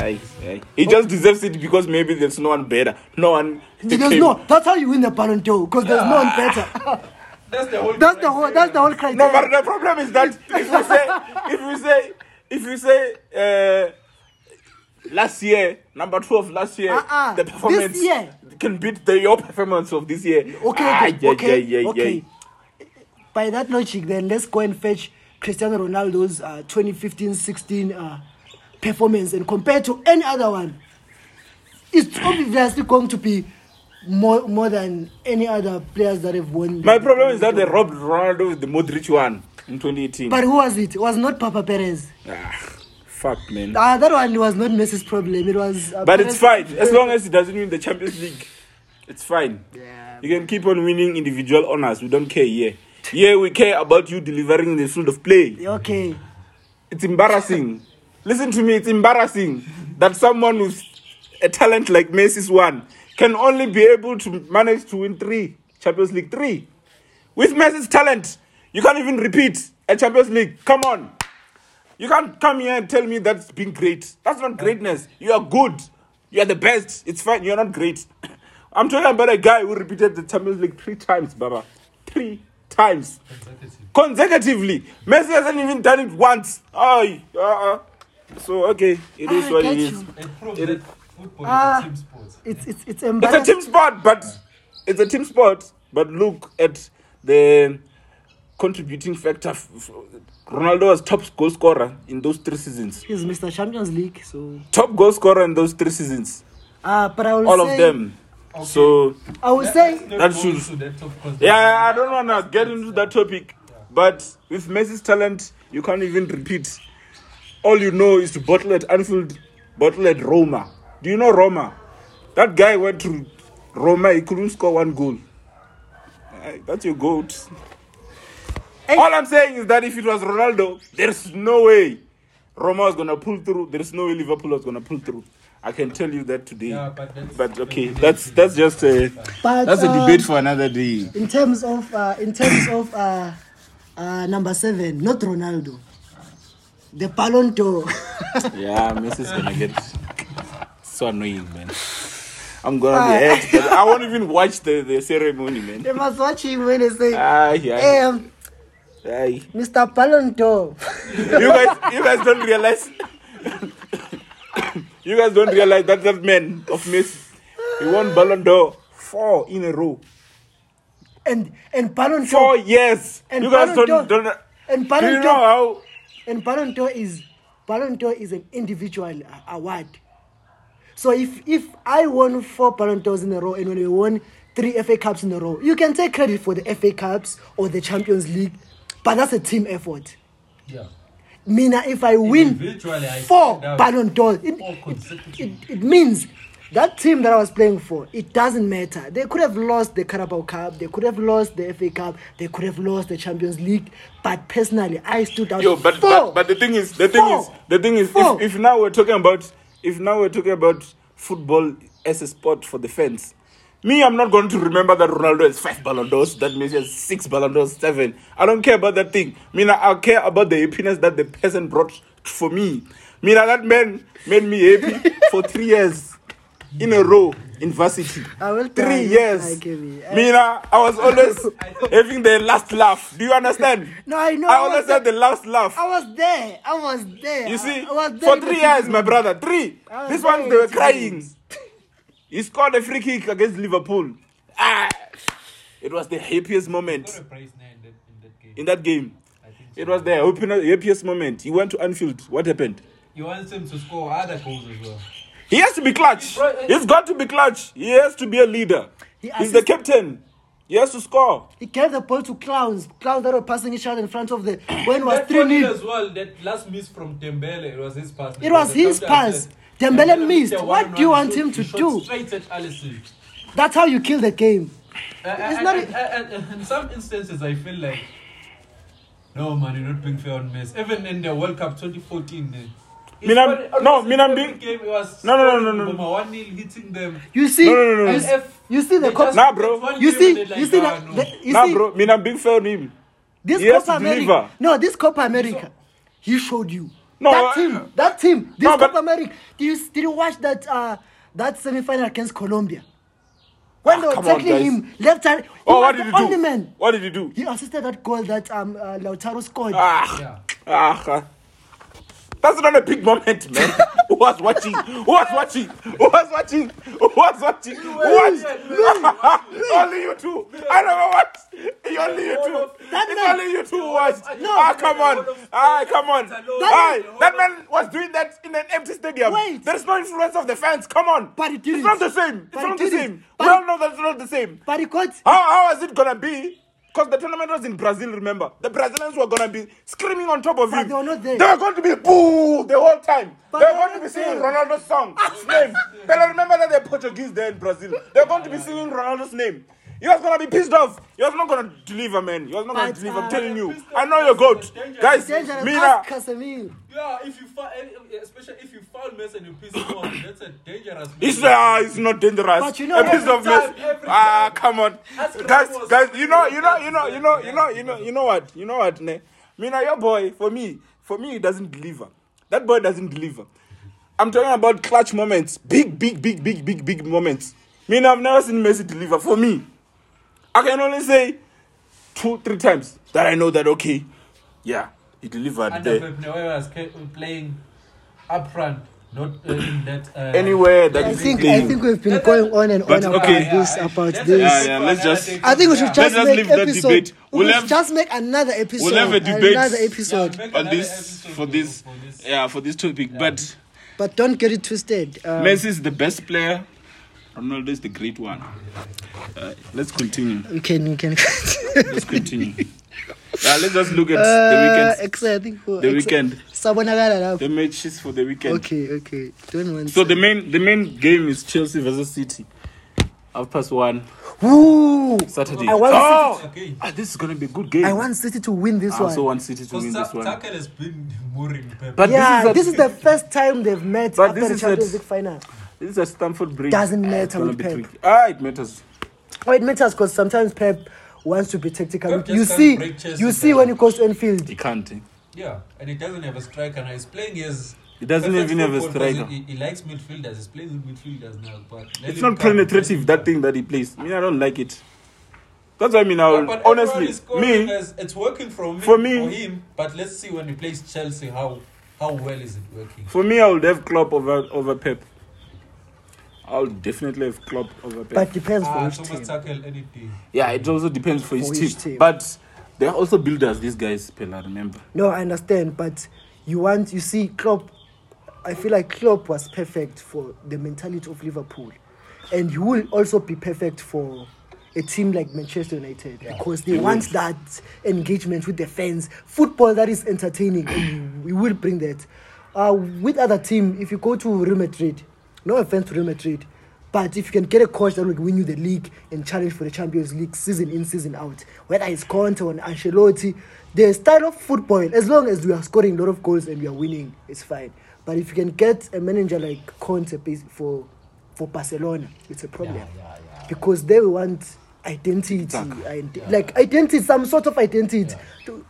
Speaker 2: Aye, aye. He just deserves it because maybe there's no one better. No one.
Speaker 1: There's no. That's how you win the Ballon d'Or because there's no one
Speaker 3: Ah.
Speaker 1: better.
Speaker 3: That's the whole.
Speaker 1: that's the whole. That's the whole criteria.
Speaker 2: No, but the problem is that if you say, if you say, if you say, uh, last year, number 12, last year,
Speaker 1: Uh-uh.
Speaker 2: the
Speaker 1: This
Speaker 2: performance
Speaker 1: year.
Speaker 2: can beat the your performance of this year.
Speaker 1: Okay,
Speaker 2: Ah,
Speaker 1: okay,
Speaker 2: yeah,
Speaker 1: okay,
Speaker 2: yeah, yeah,
Speaker 1: okay.
Speaker 2: yeah.
Speaker 1: By that logic, then let's go and fetch Cristiano Ronaldo's uh, 2015-16 uh, performance and compare to any other one. It's obviously going to be more more than any other players that have won.
Speaker 2: My problem is that they robbed Ronaldo with the Modric one in 2018.
Speaker 1: But who was it? It was not Papa Perez.
Speaker 2: ah, fuck, man.
Speaker 1: Uh, that one was not Messi's problem. It was. Uh,
Speaker 2: But it's fine
Speaker 1: Perez-
Speaker 2: as long as it doesn't win the Champions League. It's fine.
Speaker 1: Yeah.
Speaker 2: You can keep on winning individual honors. We don't care here. Yeah, we care about you delivering in the field of play.
Speaker 1: Okay.
Speaker 2: It's embarrassing. Listen to me, it's embarrassing that someone with a talent like Messi's one can only be able to manage to win three Champions League three. With Messi's talent, you can't even repeat a Champions League. Come on. You can't come here and tell me that's being great. That's not greatness. You are good. You are the best. It's fine. You're not great. I'm talking about a guy who repeated the Champions League three times, Baba. Three times
Speaker 3: Executive.
Speaker 2: consecutively. Messi hasn't even done it once. Oh, uh, so okay, it is
Speaker 1: I
Speaker 2: what
Speaker 1: Ah, get
Speaker 2: it is.
Speaker 1: you.
Speaker 3: It proved
Speaker 2: It-
Speaker 3: that football
Speaker 1: Ah.
Speaker 3: is a team sport.
Speaker 1: It's it's it's
Speaker 2: It's a
Speaker 1: embarrassing.
Speaker 2: team sport, but it's a team sport. But look at the contributing factor. F- f- Ronaldo was top goal scorer in those three seasons.
Speaker 1: He's Mr. Champions League, so
Speaker 2: Top goal scorer in those three seasons,
Speaker 1: uh, but I will
Speaker 2: all
Speaker 1: say,
Speaker 2: of them. So
Speaker 1: I will
Speaker 3: Let-
Speaker 1: say
Speaker 3: let's not
Speaker 2: That
Speaker 3: go
Speaker 2: should-
Speaker 3: into that top contest.
Speaker 2: yeah, I don't wanna get into that topic, but with Messi's talent, you can't even repeat. All you know is to bottle at Anfield, bottle at Roma. Do you know Roma? That guy went to Roma. He couldn't score one goal. Aye, That's your goat.
Speaker 1: Hey.
Speaker 2: All I'm saying is that if it was Ronaldo, there's no way Roma was gonna pull through. There's no way Liverpool was gonna pull through. I can tell you that today.
Speaker 3: Yeah, but that's-
Speaker 2: but okay, that's that's just a
Speaker 1: But,
Speaker 2: that's a
Speaker 1: uh,
Speaker 2: debate for another day.
Speaker 1: in terms of uh, in terms of uh, uh, number seven, not Ronaldo, the Ballon d'Or.
Speaker 2: Yeah, Messi's gonna get so annoying, man. I'm gonna be hurt. but I won't even watch the, the ceremony, man.
Speaker 1: they must watch him when they say,
Speaker 2: Aye,
Speaker 1: "Hey,
Speaker 2: aye,
Speaker 1: um,
Speaker 2: aye.
Speaker 1: Mr. Ballon d'Or."
Speaker 2: You guys, you guys don't realize. you guys don't realize that that man of Messi, he won Ballon d'Or four in a row,
Speaker 1: and and Ballon
Speaker 2: four
Speaker 1: d'Or
Speaker 2: years.
Speaker 1: And
Speaker 2: you guys
Speaker 1: Ballon
Speaker 2: don't
Speaker 1: d'Or-
Speaker 2: don't.
Speaker 1: and
Speaker 2: Do you
Speaker 1: Ballon
Speaker 2: know
Speaker 1: d'Or
Speaker 2: how?
Speaker 1: and Ballon d'Or is Ballon d'Or is an individual uh, award. So if if I won four Ballon d'Ors in a row and when we won three FA Cups in a row, you can take credit for the FA Cups or the Champions League, but that's a team effort.
Speaker 3: Yeah.
Speaker 1: Mina, if I win
Speaker 3: Individually, I
Speaker 1: four
Speaker 3: stand out.
Speaker 1: Ballon d'Ors, it,
Speaker 3: Four consecutive.
Speaker 1: it, it means that team that I was playing for, it doesn't matter. They could have lost the Carabao Cup, they could have lost the FA Cup, they could have lost the Champions League, but personally, I stood out.
Speaker 2: Yo, but,
Speaker 1: four.
Speaker 2: but but the thing is, the thing
Speaker 1: Four.
Speaker 2: is, the thing is,
Speaker 1: Four.
Speaker 2: if, if now we're talking about, if now we're talking about football as a sport for the fans, me, I'm not going to remember that Ronaldo has five Ballon d'Ors, that Messi has six Ballon d'Ors, seven. I don't care about that thing. Mina, I care about the happiness that the person brought for me. Mina, that man made me happy for three years in a row in varsity.
Speaker 1: I will try, I will
Speaker 2: three
Speaker 1: try,
Speaker 2: years.
Speaker 1: Kevin. I-
Speaker 2: Mina, I was always having the last laugh. Do you understand?
Speaker 1: No, I know, I
Speaker 2: I
Speaker 1: was
Speaker 2: always had the last laugh.
Speaker 1: I was there. I was there.
Speaker 2: You see,
Speaker 1: I, I was there
Speaker 2: for
Speaker 1: in
Speaker 2: three
Speaker 1: the
Speaker 2: years, my brother, three.
Speaker 1: I was
Speaker 2: This one,
Speaker 1: very
Speaker 2: they were crying.
Speaker 1: experienced.
Speaker 2: he scored a free kick against Liverpool. Ah, it was the happiest moment
Speaker 3: Got a prize now in that, in that game.
Speaker 2: in that game.
Speaker 3: I think so.
Speaker 2: It was the happiness- happiest moment. He went to Anfield. What happened?
Speaker 3: You want him to score other goals as well.
Speaker 2: He has to be clutch. He's got to be clutch. He has to be a leader.
Speaker 1: He
Speaker 2: He's the
Speaker 1: assist-
Speaker 2: captain. He has to score.
Speaker 1: He gave the ball to clowns. Clowns that were passing each other in front of the when it was
Speaker 3: That
Speaker 1: three
Speaker 3: one
Speaker 1: nil.
Speaker 3: as well. That last miss from Dembele, it was his pass.
Speaker 1: It was his
Speaker 3: Sometimes
Speaker 1: pass.
Speaker 3: that-
Speaker 1: Dembele
Speaker 3: The
Speaker 1: missed. What do you
Speaker 3: one-on-one
Speaker 1: want
Speaker 3: shoot,
Speaker 1: him
Speaker 3: he
Speaker 1: to
Speaker 3: shot
Speaker 1: do?
Speaker 3: Straight at Uh, Allison.
Speaker 1: That's how you kill the game.
Speaker 3: It's
Speaker 1: not-
Speaker 3: not. in some instances, I feel like, no man, you're not being fair on Messi. Even in the World Cup 2014, eh, he
Speaker 2: Mina-
Speaker 3: scored almost
Speaker 2: no, Mina
Speaker 3: every
Speaker 2: being-
Speaker 3: Game, he was
Speaker 2: No, no, no,
Speaker 3: scoring
Speaker 2: no, no,
Speaker 3: with
Speaker 2: no.
Speaker 3: One nil hitting them.
Speaker 1: You see,
Speaker 2: No, no, no, no.
Speaker 1: You,
Speaker 3: And
Speaker 1: s-
Speaker 3: if
Speaker 1: you see the
Speaker 3: they
Speaker 1: cop.
Speaker 3: just
Speaker 2: Nah, bro.
Speaker 3: get one
Speaker 1: You
Speaker 3: game
Speaker 1: see,
Speaker 3: and they're
Speaker 1: you
Speaker 3: like,
Speaker 1: see
Speaker 3: "Ah,
Speaker 1: that.
Speaker 3: no."
Speaker 1: the- you
Speaker 2: nah,
Speaker 1: see,
Speaker 2: bro, Mina, big fair on him.
Speaker 1: This
Speaker 2: He has
Speaker 1: Copa
Speaker 2: to
Speaker 1: America.
Speaker 2: deliver.
Speaker 1: No, this Copa America. He showed you.
Speaker 2: No,
Speaker 1: that
Speaker 2: I-
Speaker 1: team. That team. This
Speaker 2: No, but-
Speaker 1: Copa America. Did you, did you watch that uh, that semi-final against Colombia? When
Speaker 2: Ah,
Speaker 1: they were
Speaker 2: come on,
Speaker 1: tackling
Speaker 2: guys.
Speaker 1: him left hand. He
Speaker 2: Oh,
Speaker 1: was
Speaker 2: what
Speaker 1: the
Speaker 2: did he
Speaker 1: only
Speaker 2: do?
Speaker 1: man.
Speaker 2: What did he do?
Speaker 1: He assisted that goal that um uh, Lautaro scored.
Speaker 2: Ah,
Speaker 3: Yeah.
Speaker 2: ah. ah. That's not a big moment, man. Who was watching? Who was watching? Who was watching? Who was watching? Who was? only you two. I never watched. It's only you two.
Speaker 1: That
Speaker 2: It's
Speaker 1: man-
Speaker 2: only you two who watched.
Speaker 3: No.
Speaker 2: Ah, come on. Ah, come on.
Speaker 3: That-
Speaker 2: Ah, that man was doing that in an empty stadium.
Speaker 1: Wait.
Speaker 2: There's no influence of the fans. Come on.
Speaker 1: But it
Speaker 2: It's
Speaker 1: didn't.
Speaker 2: not the same. It's
Speaker 1: But it
Speaker 2: not the
Speaker 1: didn't.
Speaker 2: same. We
Speaker 1: But-
Speaker 2: all know that's not the same.
Speaker 1: But he got.
Speaker 2: How how is it gonna be? Because the tournament was in Brazil, remember? The Brazilians were gonna be screaming on top of
Speaker 1: But
Speaker 2: him.
Speaker 1: they were not there.
Speaker 2: They were going to be boo the whole time.
Speaker 1: But
Speaker 2: they
Speaker 1: they were
Speaker 2: were going to
Speaker 1: not
Speaker 2: be singing
Speaker 1: there.
Speaker 2: Ronaldo's song, his name. But I remember that they're Portuguese there in Brazil. They're going to be singing Ronaldo's name. He was gonna be pissed off. He was not gonna deliver, man. He was not gonna
Speaker 1: But,
Speaker 2: deliver. I'm
Speaker 1: uh,
Speaker 2: telling you.
Speaker 3: pissed off
Speaker 2: I know you're
Speaker 3: is
Speaker 2: good,
Speaker 3: dangerous.
Speaker 2: guys.
Speaker 1: Dangerous.
Speaker 2: Mina,
Speaker 1: Ask Casemiro.
Speaker 3: Yeah, if you foul, especially if you foul Messi and you piss him off, that's a dangerous.
Speaker 2: It's,
Speaker 3: move.
Speaker 2: uh, it's not dangerous.
Speaker 1: But you know,
Speaker 2: a piece
Speaker 1: every
Speaker 2: of
Speaker 3: time,
Speaker 2: mess.
Speaker 3: every
Speaker 2: Ah,
Speaker 3: time.
Speaker 2: come on,
Speaker 3: That's what
Speaker 2: guys,
Speaker 3: was-
Speaker 2: guys. You know, you know, you know, you know, you know, you know, you know what? You know what? Ne? Mina, your boy, for me, for me, he doesn't deliver. That boy doesn't deliver. I'm talking about clutch moments, big, big, big, big, big, big moments. Mina, I've never seen Messi deliver. For me, I can only say two, three times that I know that. Okay, yeah, he delivered
Speaker 3: And
Speaker 2: there.
Speaker 3: the Pep Neuer was ca- uh, playing up front, not uh, in that. Uh,
Speaker 2: Anywhere that
Speaker 1: I
Speaker 2: is
Speaker 1: think I
Speaker 2: playing.
Speaker 1: think we've been
Speaker 3: But-
Speaker 1: going on and on
Speaker 2: but,
Speaker 1: about
Speaker 2: okay.
Speaker 1: this
Speaker 3: I-
Speaker 1: about
Speaker 3: let's-
Speaker 1: this.
Speaker 2: Yeah, yeah, let's just-
Speaker 1: I think we should
Speaker 3: Yeah,
Speaker 1: just
Speaker 2: Let's just
Speaker 1: make
Speaker 2: leave that
Speaker 1: episode.
Speaker 2: debate.
Speaker 1: We
Speaker 2: We'll
Speaker 1: should
Speaker 2: have-
Speaker 1: just make another episode.
Speaker 2: have a debate.
Speaker 1: Another episode.
Speaker 3: make
Speaker 2: on
Speaker 3: another
Speaker 2: this
Speaker 3: episode
Speaker 2: for this
Speaker 3: for this.
Speaker 2: yeah for this topic but
Speaker 1: But don't get it twisted. Um,
Speaker 2: messi is the best player ronaldo is the great one uh, let's continue
Speaker 1: we can we can.
Speaker 2: let's continue yeah, let's just look at
Speaker 1: Uh,
Speaker 2: the weekend
Speaker 1: exa- I think for
Speaker 2: The
Speaker 1: exa-
Speaker 2: weekend.
Speaker 1: Sabonagala lapho.
Speaker 2: the matches for the weekend
Speaker 1: Okay, okay. Don't want.
Speaker 2: so the main the main game is chelsea versus city half past one
Speaker 1: Woo!
Speaker 2: saturday
Speaker 1: I want
Speaker 2: oh!
Speaker 3: City to-
Speaker 2: Ah, this is gonna be a good game
Speaker 1: I want City to win this
Speaker 2: I
Speaker 1: one.
Speaker 2: also want city to win
Speaker 3: Because
Speaker 2: this one
Speaker 3: Tucker has been mooring Pep.
Speaker 2: but
Speaker 1: yeah,
Speaker 2: this, is
Speaker 1: the
Speaker 2: a,
Speaker 1: first time they've met
Speaker 2: But
Speaker 1: after
Speaker 2: this
Speaker 1: the
Speaker 2: is
Speaker 1: Champions
Speaker 2: at-
Speaker 1: League final.
Speaker 2: this is a Stamford Bridge.
Speaker 1: Doesn't
Speaker 2: Ah, it's
Speaker 1: matter
Speaker 2: gonna
Speaker 1: with
Speaker 2: be
Speaker 1: Pep.
Speaker 2: tricky. Ah, it matters.
Speaker 1: Oh, it matters because sometimes Pep wants to be tactical.
Speaker 3: Pep just
Speaker 1: You
Speaker 3: can't
Speaker 1: see,
Speaker 3: break Chelsea
Speaker 1: you see
Speaker 3: down.
Speaker 1: when he goes to Enfield.
Speaker 2: He can't. eh?
Speaker 3: Yeah, and he doesn't have a striker now. He's playing his.
Speaker 2: He doesn't
Speaker 3: perfect
Speaker 2: even have a
Speaker 3: football because
Speaker 2: striker.
Speaker 3: He, he likes midfielders. He's playing with midfielders now. But let
Speaker 2: It's
Speaker 3: him
Speaker 2: not
Speaker 3: come.
Speaker 2: penetrative that thing that he plays. I mean, I don't like it. That's why I mean. I
Speaker 3: But,
Speaker 2: will,
Speaker 3: but
Speaker 2: honestly,
Speaker 3: honestly,
Speaker 2: me,
Speaker 3: As it's working for me,
Speaker 2: For me-
Speaker 3: for him. But let's see when he plays Chelsea, how how well is it working?
Speaker 2: for me, I would have Klopp over over Pep. I would definitely have Klopp over Pep.
Speaker 1: But depends for
Speaker 3: Ah,
Speaker 1: which team.
Speaker 3: Thomas tackle anything.
Speaker 2: yeah, it also depends for, his,
Speaker 1: For
Speaker 2: team.
Speaker 1: each team.
Speaker 2: But they are also builders. These guys, Pella, remember?
Speaker 1: No, I understand, but you want you see Klopp. I feel like Klopp was perfect for the mentality of Liverpool, and he will also be perfect for a team like Manchester United because they want that engagement with the fans, football that is entertaining, and we will bring that. Uh, with other team, if you go to Real Madrid, no offense to Real Madrid, but if you can get a coach that will win you the league and challenge for the Champions League season in, season out, whether it's Conte or Ancelotti, the style of football, as long as we are scoring a lot of goals and we are winning, it's fine. But if you can get a manager like Conte bas- for for Barcelona, it's a problem because they want identity, ident- like identity, some sort of identity. To,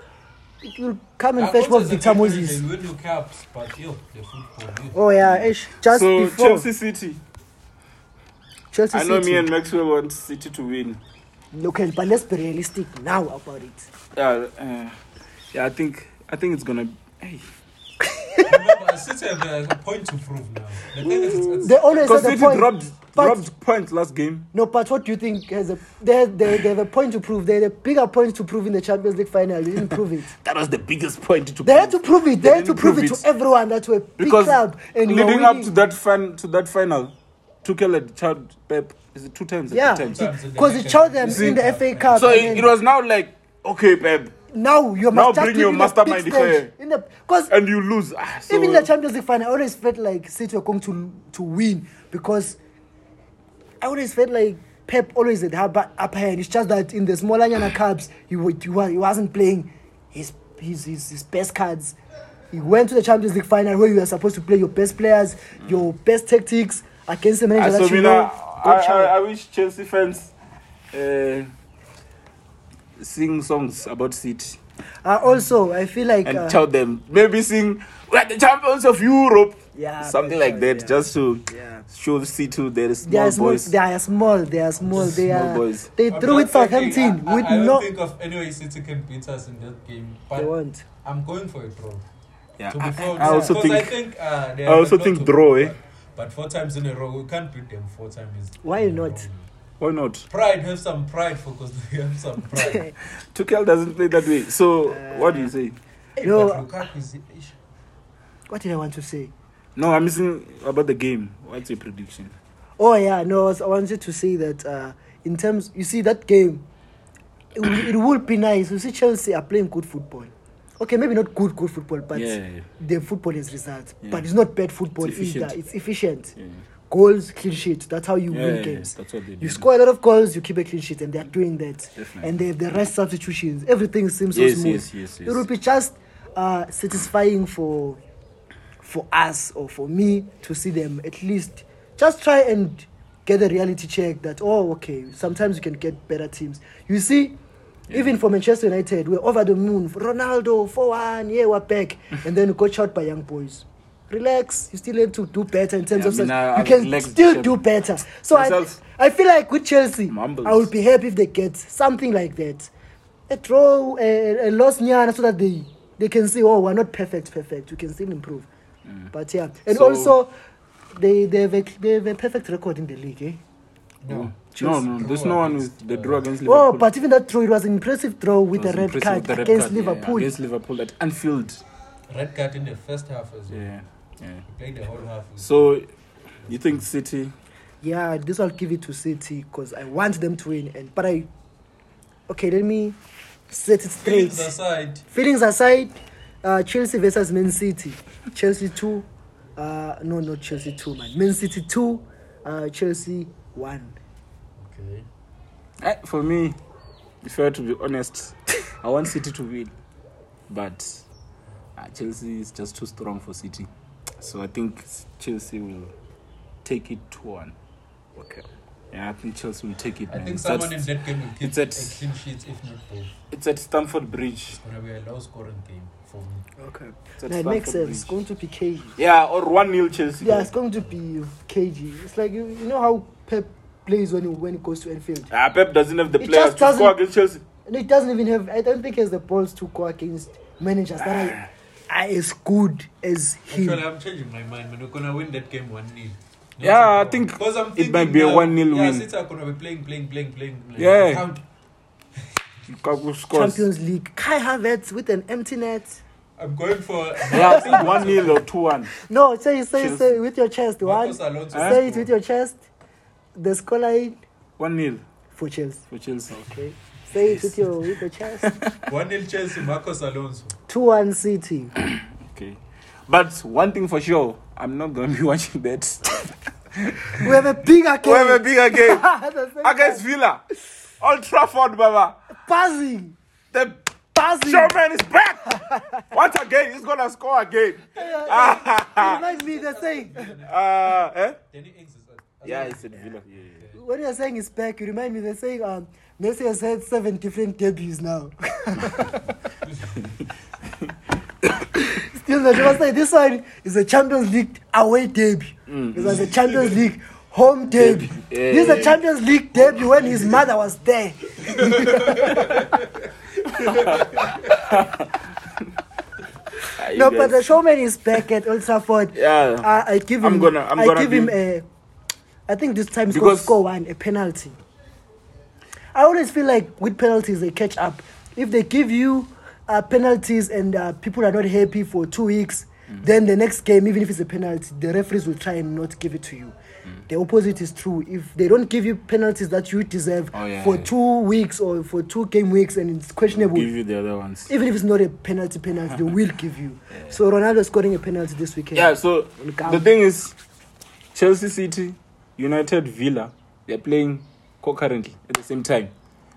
Speaker 1: it will come and
Speaker 3: Ah,
Speaker 1: fetch what
Speaker 3: Conte's a
Speaker 1: Victor
Speaker 3: good manager,
Speaker 1: Moses.
Speaker 3: He win the cups, but yo, the football. yo.
Speaker 1: Oh yeah, ish. just
Speaker 2: so
Speaker 1: before
Speaker 2: Chelsea City.
Speaker 1: Chelsea
Speaker 2: I know
Speaker 1: City.
Speaker 2: me and Maxwell want City to win.
Speaker 1: Okay, but let's be realistic now about it.
Speaker 2: Yeah, uh, yeah. I think I think it's gonna. Hey.
Speaker 3: Remember, City have a point to prove now. The thing is, it's,
Speaker 1: They always
Speaker 2: Because
Speaker 1: have a
Speaker 2: City
Speaker 1: point.
Speaker 2: dropped
Speaker 1: but,
Speaker 2: dropped points last game.
Speaker 1: No, but what do you think has a they they, they have a point to prove? They had a bigger point to prove in the Champions League final. They didn't prove it.
Speaker 2: That was the biggest point to
Speaker 1: They had to prove it. They, had to
Speaker 2: didn't
Speaker 1: prove,
Speaker 2: prove
Speaker 1: it,
Speaker 2: it.
Speaker 1: to everyone that were big
Speaker 2: because
Speaker 1: club and were
Speaker 2: leading up
Speaker 1: winning.
Speaker 2: to that fin- to that final, Tuchel had charged Pep is it two times? or
Speaker 1: yeah,
Speaker 2: three times.
Speaker 3: Sometimes in the
Speaker 1: because it
Speaker 3: second-
Speaker 1: showed them
Speaker 3: You see-
Speaker 1: in the FA Cup.
Speaker 2: So
Speaker 1: and
Speaker 2: it,
Speaker 1: then-
Speaker 2: it was now like okay, Pep,
Speaker 1: now your
Speaker 2: Now
Speaker 1: master
Speaker 2: bring your mastermind here.
Speaker 1: in the because
Speaker 2: and you lose. Ah, so,
Speaker 1: even in the Champions League final, I always felt like City were going to to win because I always felt like Pep always had upper upper hand. It's just that in the smaller Yana Cups, he, wa- he, wa- he wasn't playing his, his his his best cards. He went to the Champions League final where you are supposed to play your best players, your best tactics against the
Speaker 2: Ah,
Speaker 1: manager
Speaker 2: so
Speaker 1: that you
Speaker 2: mina,
Speaker 1: know.
Speaker 2: I,
Speaker 1: Don't
Speaker 2: I,
Speaker 1: shout.
Speaker 2: I wish Chelsea fans uh, sing songs about City
Speaker 1: Uh, also, I feel like
Speaker 2: and
Speaker 1: uh,
Speaker 2: tell them maybe sing we're the champions of Europe,
Speaker 1: Yeah,
Speaker 2: something
Speaker 1: for
Speaker 2: like
Speaker 1: sure,
Speaker 2: that,
Speaker 1: yeah.
Speaker 2: just to
Speaker 1: Yeah.
Speaker 2: show City there is
Speaker 1: they
Speaker 2: small
Speaker 1: are small.
Speaker 2: boys.
Speaker 1: They are small. They are small. They
Speaker 2: small
Speaker 1: are.
Speaker 2: boys.
Speaker 1: They
Speaker 3: I'm
Speaker 1: drew
Speaker 3: not
Speaker 1: with
Speaker 3: thinking-
Speaker 1: Southampton
Speaker 3: I, I,
Speaker 1: with
Speaker 3: I don't
Speaker 1: no.
Speaker 3: think of any way City can beat us in that game.
Speaker 1: They
Speaker 3: But
Speaker 1: won't.
Speaker 3: I'm going for a draw.
Speaker 2: Yeah,
Speaker 3: To be
Speaker 2: I,
Speaker 3: fair,
Speaker 2: I also
Speaker 3: because
Speaker 2: think
Speaker 3: I think, uh, they
Speaker 2: I
Speaker 3: have
Speaker 2: also
Speaker 3: a lot
Speaker 2: think
Speaker 3: to
Speaker 2: draw,
Speaker 3: prove,
Speaker 2: eh?
Speaker 3: But but four times in a row, we can't beat them four times.
Speaker 1: Why
Speaker 3: in a
Speaker 1: not?
Speaker 3: row.
Speaker 2: why not?
Speaker 3: Pride, have some pride, focus. Have some pride.
Speaker 2: Tuchel doesn't play that way. So
Speaker 1: Uh,
Speaker 2: what do you say?
Speaker 1: No.
Speaker 3: But Lukaku is- ish.
Speaker 1: What did I want to say?
Speaker 2: No, I'm missing about the game. What's your prediction?
Speaker 1: Oh yeah, no, I, was, I wanted to say that uh, in terms, you see that game, it, w- it would be nice. You see, Chelsea are playing good football. Okay, maybe not good good football, but
Speaker 2: Yeah, yeah, yeah.
Speaker 1: the football is results.
Speaker 2: Yeah.
Speaker 1: But it's not bad football
Speaker 2: It's efficient.
Speaker 1: either. It's efficient.
Speaker 2: Yeah.
Speaker 1: Goals, clean sheet. That's how you
Speaker 2: Yeah,
Speaker 1: win
Speaker 2: yeah,
Speaker 1: games.
Speaker 2: that's what they do.
Speaker 1: you score a lot of goals, you keep a clean sheet, and they are doing that.
Speaker 2: Definitely.
Speaker 1: And they have the right substitutions. Everything seems so
Speaker 2: Yes,
Speaker 1: smooth.
Speaker 2: yes, yes, yes.
Speaker 1: It would be just uh, satisfying for for us or for me to see them at least just try and get a reality check that oh okay sometimes you can get better teams you see even for manchester united we're over the moon ronaldo 4-1 yeah we're back and then we got shot by young boys relax you still need to do better in terms
Speaker 2: Yeah,
Speaker 1: of
Speaker 2: I mean,
Speaker 1: such-
Speaker 2: I-
Speaker 1: you
Speaker 2: I
Speaker 1: can
Speaker 2: relaxed
Speaker 1: still
Speaker 2: the
Speaker 1: do
Speaker 2: shame.
Speaker 1: better so I,
Speaker 2: Myself.
Speaker 1: I feel like with chelsea
Speaker 2: humbled.
Speaker 1: i would be happy if they get something like that a draw a, a loss nyana so that they they can see oh we're not perfect perfect we can still improve but yeah and
Speaker 2: Mm. So-
Speaker 1: also they they have, a, they have a perfect record in the league eh?
Speaker 3: No.
Speaker 2: Mm. No,
Speaker 3: just
Speaker 2: no, there's
Speaker 3: draw
Speaker 2: no one
Speaker 3: against,
Speaker 2: with the
Speaker 3: uh,
Speaker 2: draw against Liverpool.
Speaker 1: oh but even that draw it was an impressive draw with
Speaker 2: It was
Speaker 1: a red
Speaker 2: impressive
Speaker 1: card
Speaker 2: with the red
Speaker 1: against
Speaker 2: card, yeah, yeah,
Speaker 1: liverpool
Speaker 2: against Liverpool at Anfield.
Speaker 3: Red card in the first half as well.
Speaker 2: Yeah, yeah.
Speaker 3: We played the whole half.
Speaker 2: So, you think City?
Speaker 1: Yeah, this I'll give it to City because I want them to win. And but I, okay, let me set it straight.
Speaker 3: Feelings aside,
Speaker 1: Feelings aside, uh, Chelsea versus Man City. Chelsea two, uh, no, not Chelsea two, man. Man City two, uh, Chelsea one.
Speaker 3: okay.
Speaker 2: Eh, for me, if I were to be honest, I want City to win, but uh, Chelsea is just too strong for City. So I think Chelsea will take it two one. Okay. Yeah, I think Chelsea will take it.
Speaker 3: I
Speaker 2: man.
Speaker 3: think
Speaker 2: it's,
Speaker 3: someone in
Speaker 2: at,
Speaker 3: that game will keep
Speaker 2: it's at-
Speaker 3: a clean sheet, if not both.
Speaker 2: it's at Stamford Bridge.
Speaker 3: It's gonna be a low scoring game for me.
Speaker 1: Okay,
Speaker 2: It's at
Speaker 1: that
Speaker 2: Stamford
Speaker 1: makes sense. It's
Speaker 2: Bridge.
Speaker 1: going to be cagey.
Speaker 2: Yeah, or one 0 Chelsea.
Speaker 1: Yeah, it's going to be cagey. It's like you, you know how Pep plays when he, when he goes to Anfield.
Speaker 2: Ah, Pep doesn't have the
Speaker 1: It
Speaker 2: players
Speaker 1: just
Speaker 2: to score
Speaker 1: doesn't-
Speaker 2: against Chelsea.
Speaker 1: And it doesn't even have. I don't think he has the balls to go against managers that are, are as good as him.
Speaker 3: Actually, I'm changing my mind, man. We're gonna win that game 1 0.
Speaker 2: Yeah, I think it might be a 1-0
Speaker 3: yeah,
Speaker 2: win.
Speaker 3: Since I'm gonna be playing, playing, playing, playing. Like,
Speaker 2: Yeah.
Speaker 3: count.
Speaker 2: Lukaku scores.
Speaker 1: Champions League. Kai Havertz with an empty net.
Speaker 3: I'm going for.
Speaker 2: Yeah, I think one 0 or two one.
Speaker 1: No, say say say
Speaker 2: Chelsea.
Speaker 1: with your chest. One.
Speaker 3: Marcos Alonso.
Speaker 1: Say it with your chest. The scoreline
Speaker 2: One 0
Speaker 1: for Chelsea.
Speaker 2: for Chelsea.
Speaker 1: Okay. Say it with your with your chest.
Speaker 3: 1 0 Chelsea, Marcos Alonso.
Speaker 1: Two one City.
Speaker 2: Okay. But one thing for sure, I'm not gonna be watching that.
Speaker 1: We have a bigger
Speaker 2: we
Speaker 1: game.
Speaker 2: have a bigger game
Speaker 1: The same
Speaker 2: against Villa, Old Trafford, Baba.
Speaker 1: Passing.
Speaker 2: The
Speaker 1: Passing.
Speaker 2: showman is back once again. He's gonna score again.
Speaker 1: Reminds me they're saying
Speaker 2: Uh, eh?
Speaker 3: Danny Ings is at-
Speaker 2: Yeah, it's at Villa. Yeah,
Speaker 1: when you're saying it's back, you remind me they're saying um Messi has had seven different debuts now. Still not you must say this one is a Champions League away debut. It was a Champions League home debut.
Speaker 2: Mm. Yeah,
Speaker 1: this is
Speaker 2: yeah.
Speaker 1: a Champions League debut when his mother was there.
Speaker 2: Ah, you
Speaker 1: No,
Speaker 2: guys-
Speaker 1: but the showman is back at Old Trafford.
Speaker 2: Ah, Yeah.
Speaker 1: I, I give him.
Speaker 2: I'm gonna- I'm
Speaker 1: I
Speaker 2: gonna
Speaker 1: give
Speaker 2: be-
Speaker 1: him a. I think this time he's going to
Speaker 2: Because-
Speaker 1: score one a penalty. I always feel like with penalties they catch up. If they give you uh, penalties and uh, people are not happy for two weeks, Then the next game, even if it's a penalty, the referees will try and not give it to you. The opposite is true. If they don't give you penalties that you deserve
Speaker 2: Oh, yeah,
Speaker 1: for
Speaker 2: yeah.
Speaker 1: two weeks or for two game weeks and it's questionable,
Speaker 2: Give you the other ones.
Speaker 1: even if it's not a penalty penalty, they will give you. So Ronaldo scoring a penalty this weekend.
Speaker 2: Yeah, so
Speaker 1: Will come.
Speaker 2: the thing is, Chelsea City, United Villa, they're playing concurrently at the same time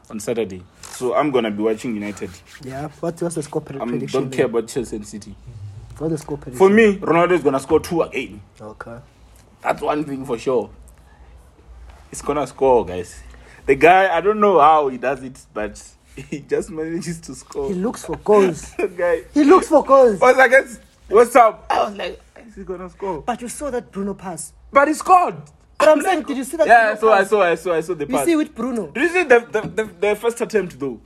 Speaker 2: on Saturday. So I'm gonna be watching United.
Speaker 1: yeah. What, what's the score pre-
Speaker 2: I mean,
Speaker 1: prediction?
Speaker 2: Um, don't care
Speaker 1: then?
Speaker 2: about Chelsea and City.
Speaker 1: What's the score prediction?
Speaker 2: For me, Ronaldo is gonna score two again.
Speaker 1: Okay.
Speaker 2: That's one thing for sure. He's gonna score, guys. The guy, I don't know how he does it, but he just manages to
Speaker 1: He
Speaker 2: score.
Speaker 1: looks for goals.
Speaker 2: The guy
Speaker 1: he looks for goals.
Speaker 2: was against What's up? I was like, is he gonna score?
Speaker 1: But you saw that Bruno pass.
Speaker 2: But he scored.
Speaker 1: But I'm saying, did you see that?
Speaker 2: Yeah, so
Speaker 1: Bruno
Speaker 2: I
Speaker 1: pass?
Speaker 2: saw, I saw, I saw the
Speaker 1: You
Speaker 2: pass.
Speaker 1: see with Bruno.
Speaker 2: Did you see the, the, the, the first attempt though?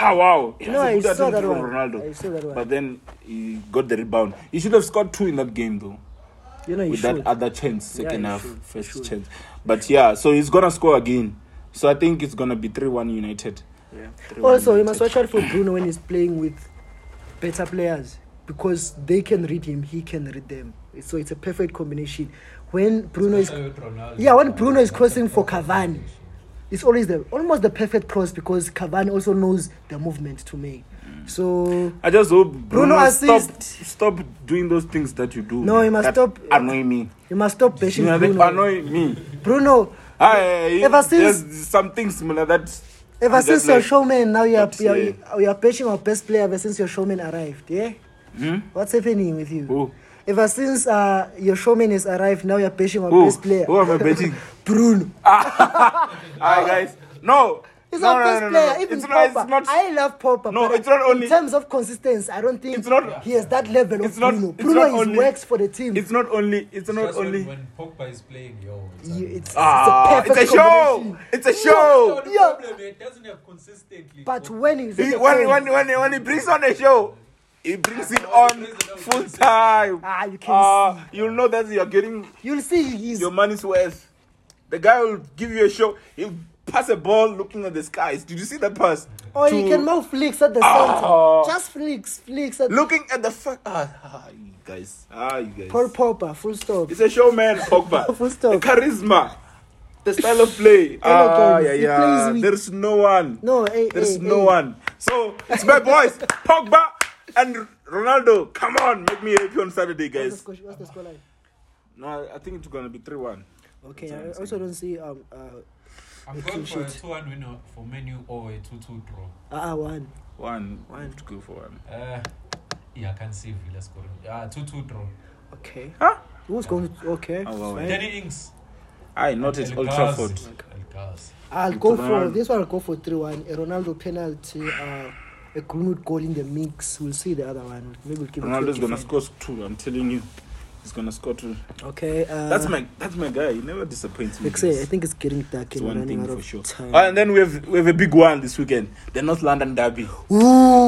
Speaker 2: Ah wow! It
Speaker 1: No,
Speaker 2: was a
Speaker 1: I
Speaker 2: good
Speaker 1: saw
Speaker 2: attempt
Speaker 1: that
Speaker 2: from
Speaker 1: one.
Speaker 2: Ronaldo.
Speaker 1: I saw that one.
Speaker 2: But then he got the rebound. He should have scored two in that game though.
Speaker 1: You know, you
Speaker 2: with
Speaker 1: should.
Speaker 2: that other chance, second
Speaker 1: you
Speaker 2: half,
Speaker 1: should, you
Speaker 2: first
Speaker 1: should.
Speaker 2: chance. But yeah, so he's gonna score again. So I think it's gonna be three one United. Yeah.
Speaker 1: also, you must watch out for Bruno when he's playing with better players because they can read him, he can read them. So it's a perfect combination. When Bruno is Yeah, when Bruno is crossing for Cavani, it's always the almost the perfect cross because Cavani also knows the movement to make. So
Speaker 2: I just hope Bruno, stop
Speaker 1: assist.
Speaker 2: stop doing those things that you do.
Speaker 1: No, he must
Speaker 2: that
Speaker 1: stop-
Speaker 2: Annoy me.
Speaker 1: you must stop bashing
Speaker 2: You know, they
Speaker 1: Bruno.
Speaker 2: annoy me.
Speaker 1: Bruno,
Speaker 2: I,
Speaker 1: Ever since-
Speaker 2: there's something similar that.
Speaker 1: ever
Speaker 2: I'm just
Speaker 1: since your
Speaker 2: like-
Speaker 1: showman now you are
Speaker 2: But,
Speaker 1: you are,
Speaker 2: yeah.
Speaker 1: you are bashing our best player ever since your showman arrived. Yeah,
Speaker 2: Hmm?
Speaker 1: what's happening with you?
Speaker 2: Who?
Speaker 1: Ever since uh, your showman has arrived, now you're bashing our
Speaker 2: Who?
Speaker 1: best player.
Speaker 2: Who am I bashing?
Speaker 1: Bruno.
Speaker 2: Alright, guys. No.
Speaker 1: He's
Speaker 2: no,
Speaker 1: our
Speaker 2: no,
Speaker 1: best
Speaker 2: no, no,
Speaker 1: player,
Speaker 2: no.
Speaker 1: even
Speaker 2: it's not,
Speaker 1: Pogba.
Speaker 2: it's not,
Speaker 1: I love Pogba.
Speaker 2: No,
Speaker 1: but
Speaker 2: it's not only-
Speaker 1: in terms of consistency. I don't think
Speaker 2: It's not-
Speaker 1: he has that level
Speaker 2: it's
Speaker 1: of
Speaker 2: not-
Speaker 1: Bruno.
Speaker 2: it's
Speaker 1: Bruno
Speaker 2: not
Speaker 1: is
Speaker 2: only-
Speaker 1: works for the team.
Speaker 2: it's not only, it's not only.
Speaker 3: when Pogba is playing, yo. It's
Speaker 1: You-
Speaker 3: like-
Speaker 1: it's,
Speaker 2: Ah,
Speaker 1: it's a perfect
Speaker 2: show.
Speaker 1: combination.
Speaker 2: It's a
Speaker 3: That's
Speaker 2: show.
Speaker 3: not the
Speaker 1: Yo.
Speaker 3: problem, eh? it doesn't have consistently.
Speaker 1: But when he's in
Speaker 2: He,
Speaker 1: the
Speaker 2: when,
Speaker 1: game-
Speaker 2: when, when, when he brings on the show, he brings it on full time.
Speaker 1: Ah, you can
Speaker 2: Uh, you'll know that you're getting
Speaker 1: you'll see he's
Speaker 2: your money's worth. The guy will give you a show. He'll pass a ball looking at the skies. Did you see that pass?
Speaker 1: or Oh, he
Speaker 2: To-
Speaker 1: can now flicks at the center.
Speaker 2: Ah.
Speaker 1: Just flicks, flicks at
Speaker 2: Looking at the fuck. Ah, ah, you guys. Ah, you guys.
Speaker 1: Paul Popper, full stop.
Speaker 2: It's a showman, Pogba.
Speaker 1: Full stop.
Speaker 2: The charisma, the style of play. ah, yeah,
Speaker 1: He
Speaker 2: yeah.
Speaker 1: plays with-
Speaker 2: There's no one.
Speaker 1: No, hey,
Speaker 2: There's
Speaker 1: hey,
Speaker 2: no
Speaker 1: hey.
Speaker 2: one. So it's my boys, Pogba and Ronaldo. Come on, make me happy on Saturday,
Speaker 1: What's the
Speaker 2: guys.
Speaker 1: score- what's the scoreline?
Speaker 2: No, I think it's gonna be three-one.
Speaker 1: Okay, I also don't see um uh
Speaker 3: I'm going for a 2 1 win for Menu or a 2 2 draw.
Speaker 1: ah ah, one.
Speaker 2: One. One to go for one.
Speaker 3: Uh, yeah, I can see Villa scoring. Ah, 2 2 draw.
Speaker 1: Okay.
Speaker 2: Huh?
Speaker 1: Who's going to okay.
Speaker 2: Oh, wow,
Speaker 1: fine.
Speaker 2: yeah.
Speaker 3: Danny Ings.
Speaker 2: Aye, not at
Speaker 3: El
Speaker 2: Old
Speaker 3: Ghazi.
Speaker 2: Trafford.
Speaker 3: El Ghazi.
Speaker 1: I'll go for
Speaker 2: Ronaldo.
Speaker 1: this one. I'll go for three one. A Ronaldo penalty, uh, a Greenwood goal in the mix. We'll see the other one. Maybe we'll keep
Speaker 2: Ronaldo's
Speaker 1: it
Speaker 2: gonna
Speaker 1: 25.
Speaker 2: score two. I'm telling you, he's gonna score two.
Speaker 1: Okay, uh,
Speaker 2: That's my that's my guy. He never disappoints me.
Speaker 1: Like I say, I
Speaker 2: guys.
Speaker 1: think it's getting dark
Speaker 2: It's
Speaker 1: and we're
Speaker 2: one
Speaker 1: running
Speaker 2: thing
Speaker 1: out
Speaker 2: for
Speaker 1: of
Speaker 2: sure.
Speaker 1: time.
Speaker 2: Oh, and then we have we have a big one this weekend. The North London Derby.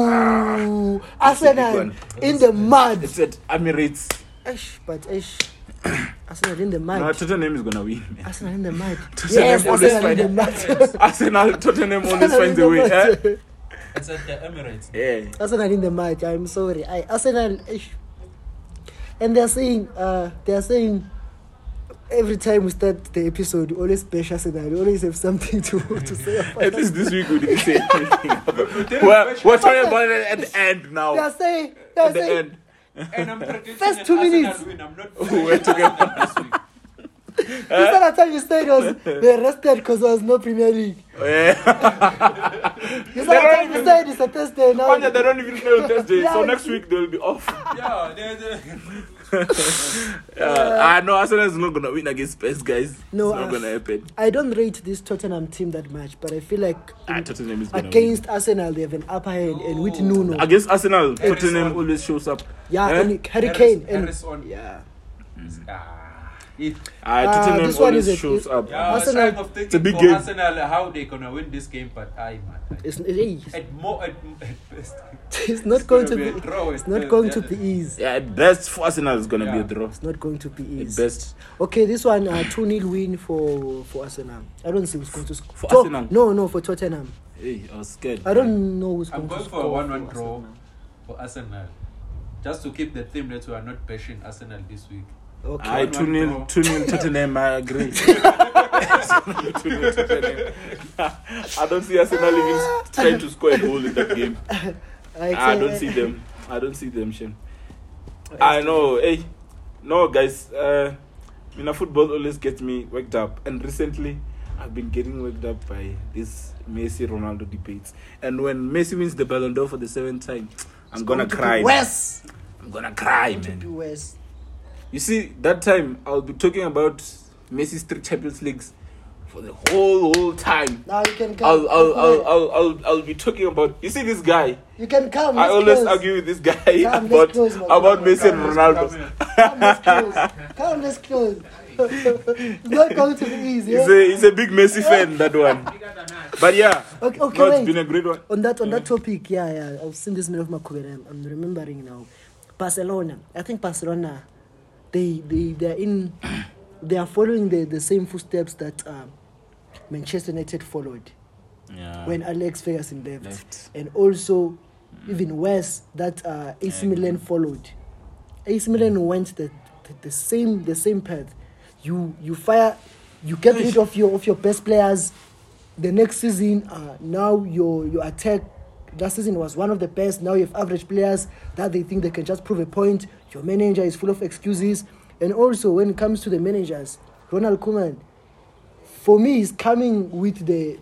Speaker 1: Ooh,
Speaker 2: that's a big
Speaker 1: Arsenal
Speaker 2: one.
Speaker 1: in the mud.
Speaker 2: It's at Emirates.
Speaker 1: Ish, but ish, Arsenal in the
Speaker 2: No,
Speaker 1: mud.
Speaker 2: Tottenham is gonna win, man.
Speaker 1: Arsenal in the mud.
Speaker 2: Tottenham
Speaker 1: Yes,
Speaker 2: always
Speaker 1: Arsenal in the
Speaker 2: find-
Speaker 1: mud.
Speaker 2: Arsenal, Tottenham always
Speaker 1: Arsenal in
Speaker 2: finds
Speaker 1: the
Speaker 2: a way. Eh?
Speaker 1: mud.
Speaker 3: It's at the Emirates.
Speaker 2: Yeah.
Speaker 1: Arsenal in the mud. I'm sorry. I Arsenal. ish. And they're saying, uh, they're saying, every time we start the episode, we always bash Arsenal. We always have something to to say. About
Speaker 2: At least this week we didn't say anything. about it.
Speaker 3: didn't
Speaker 2: we're,
Speaker 3: question-
Speaker 2: we're talking about it at the end now.
Speaker 1: They're saying,
Speaker 2: at
Speaker 1: they're
Speaker 2: the
Speaker 1: saying,
Speaker 2: end.
Speaker 3: And I'm predicting
Speaker 1: First
Speaker 3: an
Speaker 1: two
Speaker 3: Arsenal
Speaker 1: minutes.
Speaker 3: Win. I'm not
Speaker 2: We're together.
Speaker 3: this week.
Speaker 2: eh?
Speaker 1: instead of time you said it was they rested because there was no Premier League.
Speaker 2: Yeah.
Speaker 1: You
Speaker 2: They
Speaker 1: said
Speaker 2: don't
Speaker 1: I
Speaker 2: even-
Speaker 1: you said it's a Thursday now.
Speaker 2: One day Oh, they don't even play on Thursday, so next week they'll be off.
Speaker 3: Yeah, they're, they're,
Speaker 2: Uh, I know Arsenal is not gonna win against Spurs, guys.
Speaker 1: No,
Speaker 2: it's not
Speaker 1: uh,
Speaker 2: gonna happen.
Speaker 1: I don't rate this Tottenham team that much, but I feel like
Speaker 2: Ah,
Speaker 1: in-
Speaker 2: Tottenham is gonna
Speaker 1: against Arsenal they have an upper hand, and with
Speaker 3: Oh.
Speaker 1: Nuno,
Speaker 2: win. against Arsenal.
Speaker 3: Harrison.
Speaker 2: Tottenham always shows up.
Speaker 1: yeah,
Speaker 2: Eh?
Speaker 1: and Harry Kane, and
Speaker 3: Harris on.
Speaker 1: yeah,
Speaker 3: Ah, it,
Speaker 2: Ah,
Speaker 1: Ah,
Speaker 2: Tottenham
Speaker 1: this one
Speaker 2: always
Speaker 1: is a-
Speaker 2: shows up.
Speaker 3: yeah,
Speaker 1: Arsenal-
Speaker 3: Arsenal, of it's a big game. Arsenal, how they gonna win this game? But I man,
Speaker 1: it's, it's,
Speaker 3: at more at, at best,
Speaker 1: it's not going to
Speaker 3: gonna
Speaker 1: be,
Speaker 3: be a draw with
Speaker 1: it's not
Speaker 3: the-
Speaker 1: going
Speaker 3: the
Speaker 1: to
Speaker 3: other-
Speaker 1: be easy.
Speaker 2: Yeah, at best for Arsenal is gonna be a
Speaker 3: Yeah.
Speaker 2: draw.
Speaker 1: It's not going to be
Speaker 2: At
Speaker 1: easy.
Speaker 2: best.
Speaker 1: Okay, this one uh, two 0 win for for Arsenal. I don't see who's going to score.
Speaker 2: For
Speaker 1: To-
Speaker 2: Arsenal?
Speaker 1: No, no, for Tottenham.
Speaker 2: Hey, I was scared.
Speaker 1: I don't know who's
Speaker 3: I'm
Speaker 1: going
Speaker 3: going
Speaker 1: to
Speaker 3: for
Speaker 1: score.
Speaker 3: a one-one
Speaker 1: for
Speaker 3: draw
Speaker 1: Arsenal.
Speaker 3: for Arsenal. Just to keep the theme that we are not bashing Arsenal this week.
Speaker 1: Okay.
Speaker 2: I
Speaker 3: One,
Speaker 2: 2
Speaker 3: one,
Speaker 2: 0
Speaker 3: no.
Speaker 2: 2 0 Tottenham, I agree. 2-0 Tottenham. I don't see Arsenal even
Speaker 1: Ah.
Speaker 2: trying to score a goal in that game. Ah,
Speaker 1: I,
Speaker 2: I
Speaker 1: think-
Speaker 2: don't see them. I don't see them, Shem.
Speaker 1: Oh,
Speaker 2: I know. Hey, no, guys. Uh, you know, football always gets me worked up, and recently I've been getting worked up by this Messi Ronaldo debates. And when Messi wins the Ballon d'Or for the seventh time, I'm gonna
Speaker 1: Going to be
Speaker 2: cry. man.
Speaker 1: Worse.
Speaker 2: I'm gonna cry,
Speaker 1: Going to be
Speaker 2: man.
Speaker 1: worse.
Speaker 2: You see, that time I'll be talking about Messi's three Champions Leagues for the whole whole time.
Speaker 1: Now you can come.
Speaker 2: I'll I'll I'll, I'll, I'll, I'll be talking about. You see, this guy.
Speaker 1: you can come.
Speaker 2: I
Speaker 1: let's
Speaker 2: always
Speaker 1: close.
Speaker 2: argue with this guy
Speaker 1: Yeah, I'm
Speaker 2: about
Speaker 1: just close, man.
Speaker 2: about
Speaker 1: Come on,
Speaker 2: Messi and
Speaker 1: come on,
Speaker 3: come
Speaker 2: Ronaldo.
Speaker 3: here.
Speaker 1: Come, let's close. Come, let's close. it's not going to be easy.
Speaker 2: He's a he's a big Messi fan that one. But yeah,
Speaker 1: Okay, okay,
Speaker 2: no,
Speaker 1: wait.
Speaker 2: it's been a great one.
Speaker 1: on that on that topic, yeah, yeah, I've seen this man of Makubere. I'm, I'm remembering now. Barcelona. I think Barcelona, they they they're in, they are following the, the same footsteps that um, Manchester United followed
Speaker 2: Yeah.
Speaker 1: when Alex Ferguson left,
Speaker 2: Left.
Speaker 1: and also even worse that uh, AC Milan followed. AC Milan went the, the the same the same path. You you fire, you get rid of your of your best players. The next season, uh, now your your attack. Last season was one of the best. Now you have average players that they think they can just prove a point. Your manager is full of excuses, and also when it comes to the managers, Ronald Koeman, for me, is coming with the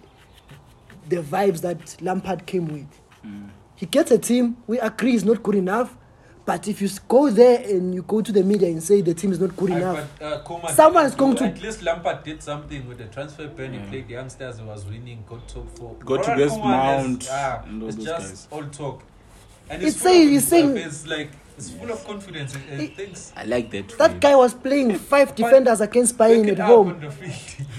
Speaker 1: the vibes that Lampard came with. He gets a team, we agree is not good enough, but if you s- go there and you go to the media and say the team is not good enough,
Speaker 3: But, uh, Koeman,
Speaker 1: Someone is going to-
Speaker 3: At least Lampard did something with the transfer ban. He played youngsters. He was winning. Got top four.
Speaker 2: Mm. Got to
Speaker 3: Ronald
Speaker 2: best
Speaker 3: Koeman
Speaker 2: mount
Speaker 3: Is, ah,
Speaker 2: and all
Speaker 3: it's
Speaker 2: those
Speaker 3: just
Speaker 2: guys.
Speaker 3: all talk. And
Speaker 1: It's
Speaker 3: full
Speaker 1: saying-
Speaker 3: of
Speaker 1: it's saying-
Speaker 3: himself, It's like it's full of confidence. and- and things.
Speaker 2: I like that.
Speaker 1: that guy was playing five defenders against
Speaker 3: Back
Speaker 1: Bayern
Speaker 3: it
Speaker 1: at
Speaker 3: up
Speaker 1: home.
Speaker 3: on the field.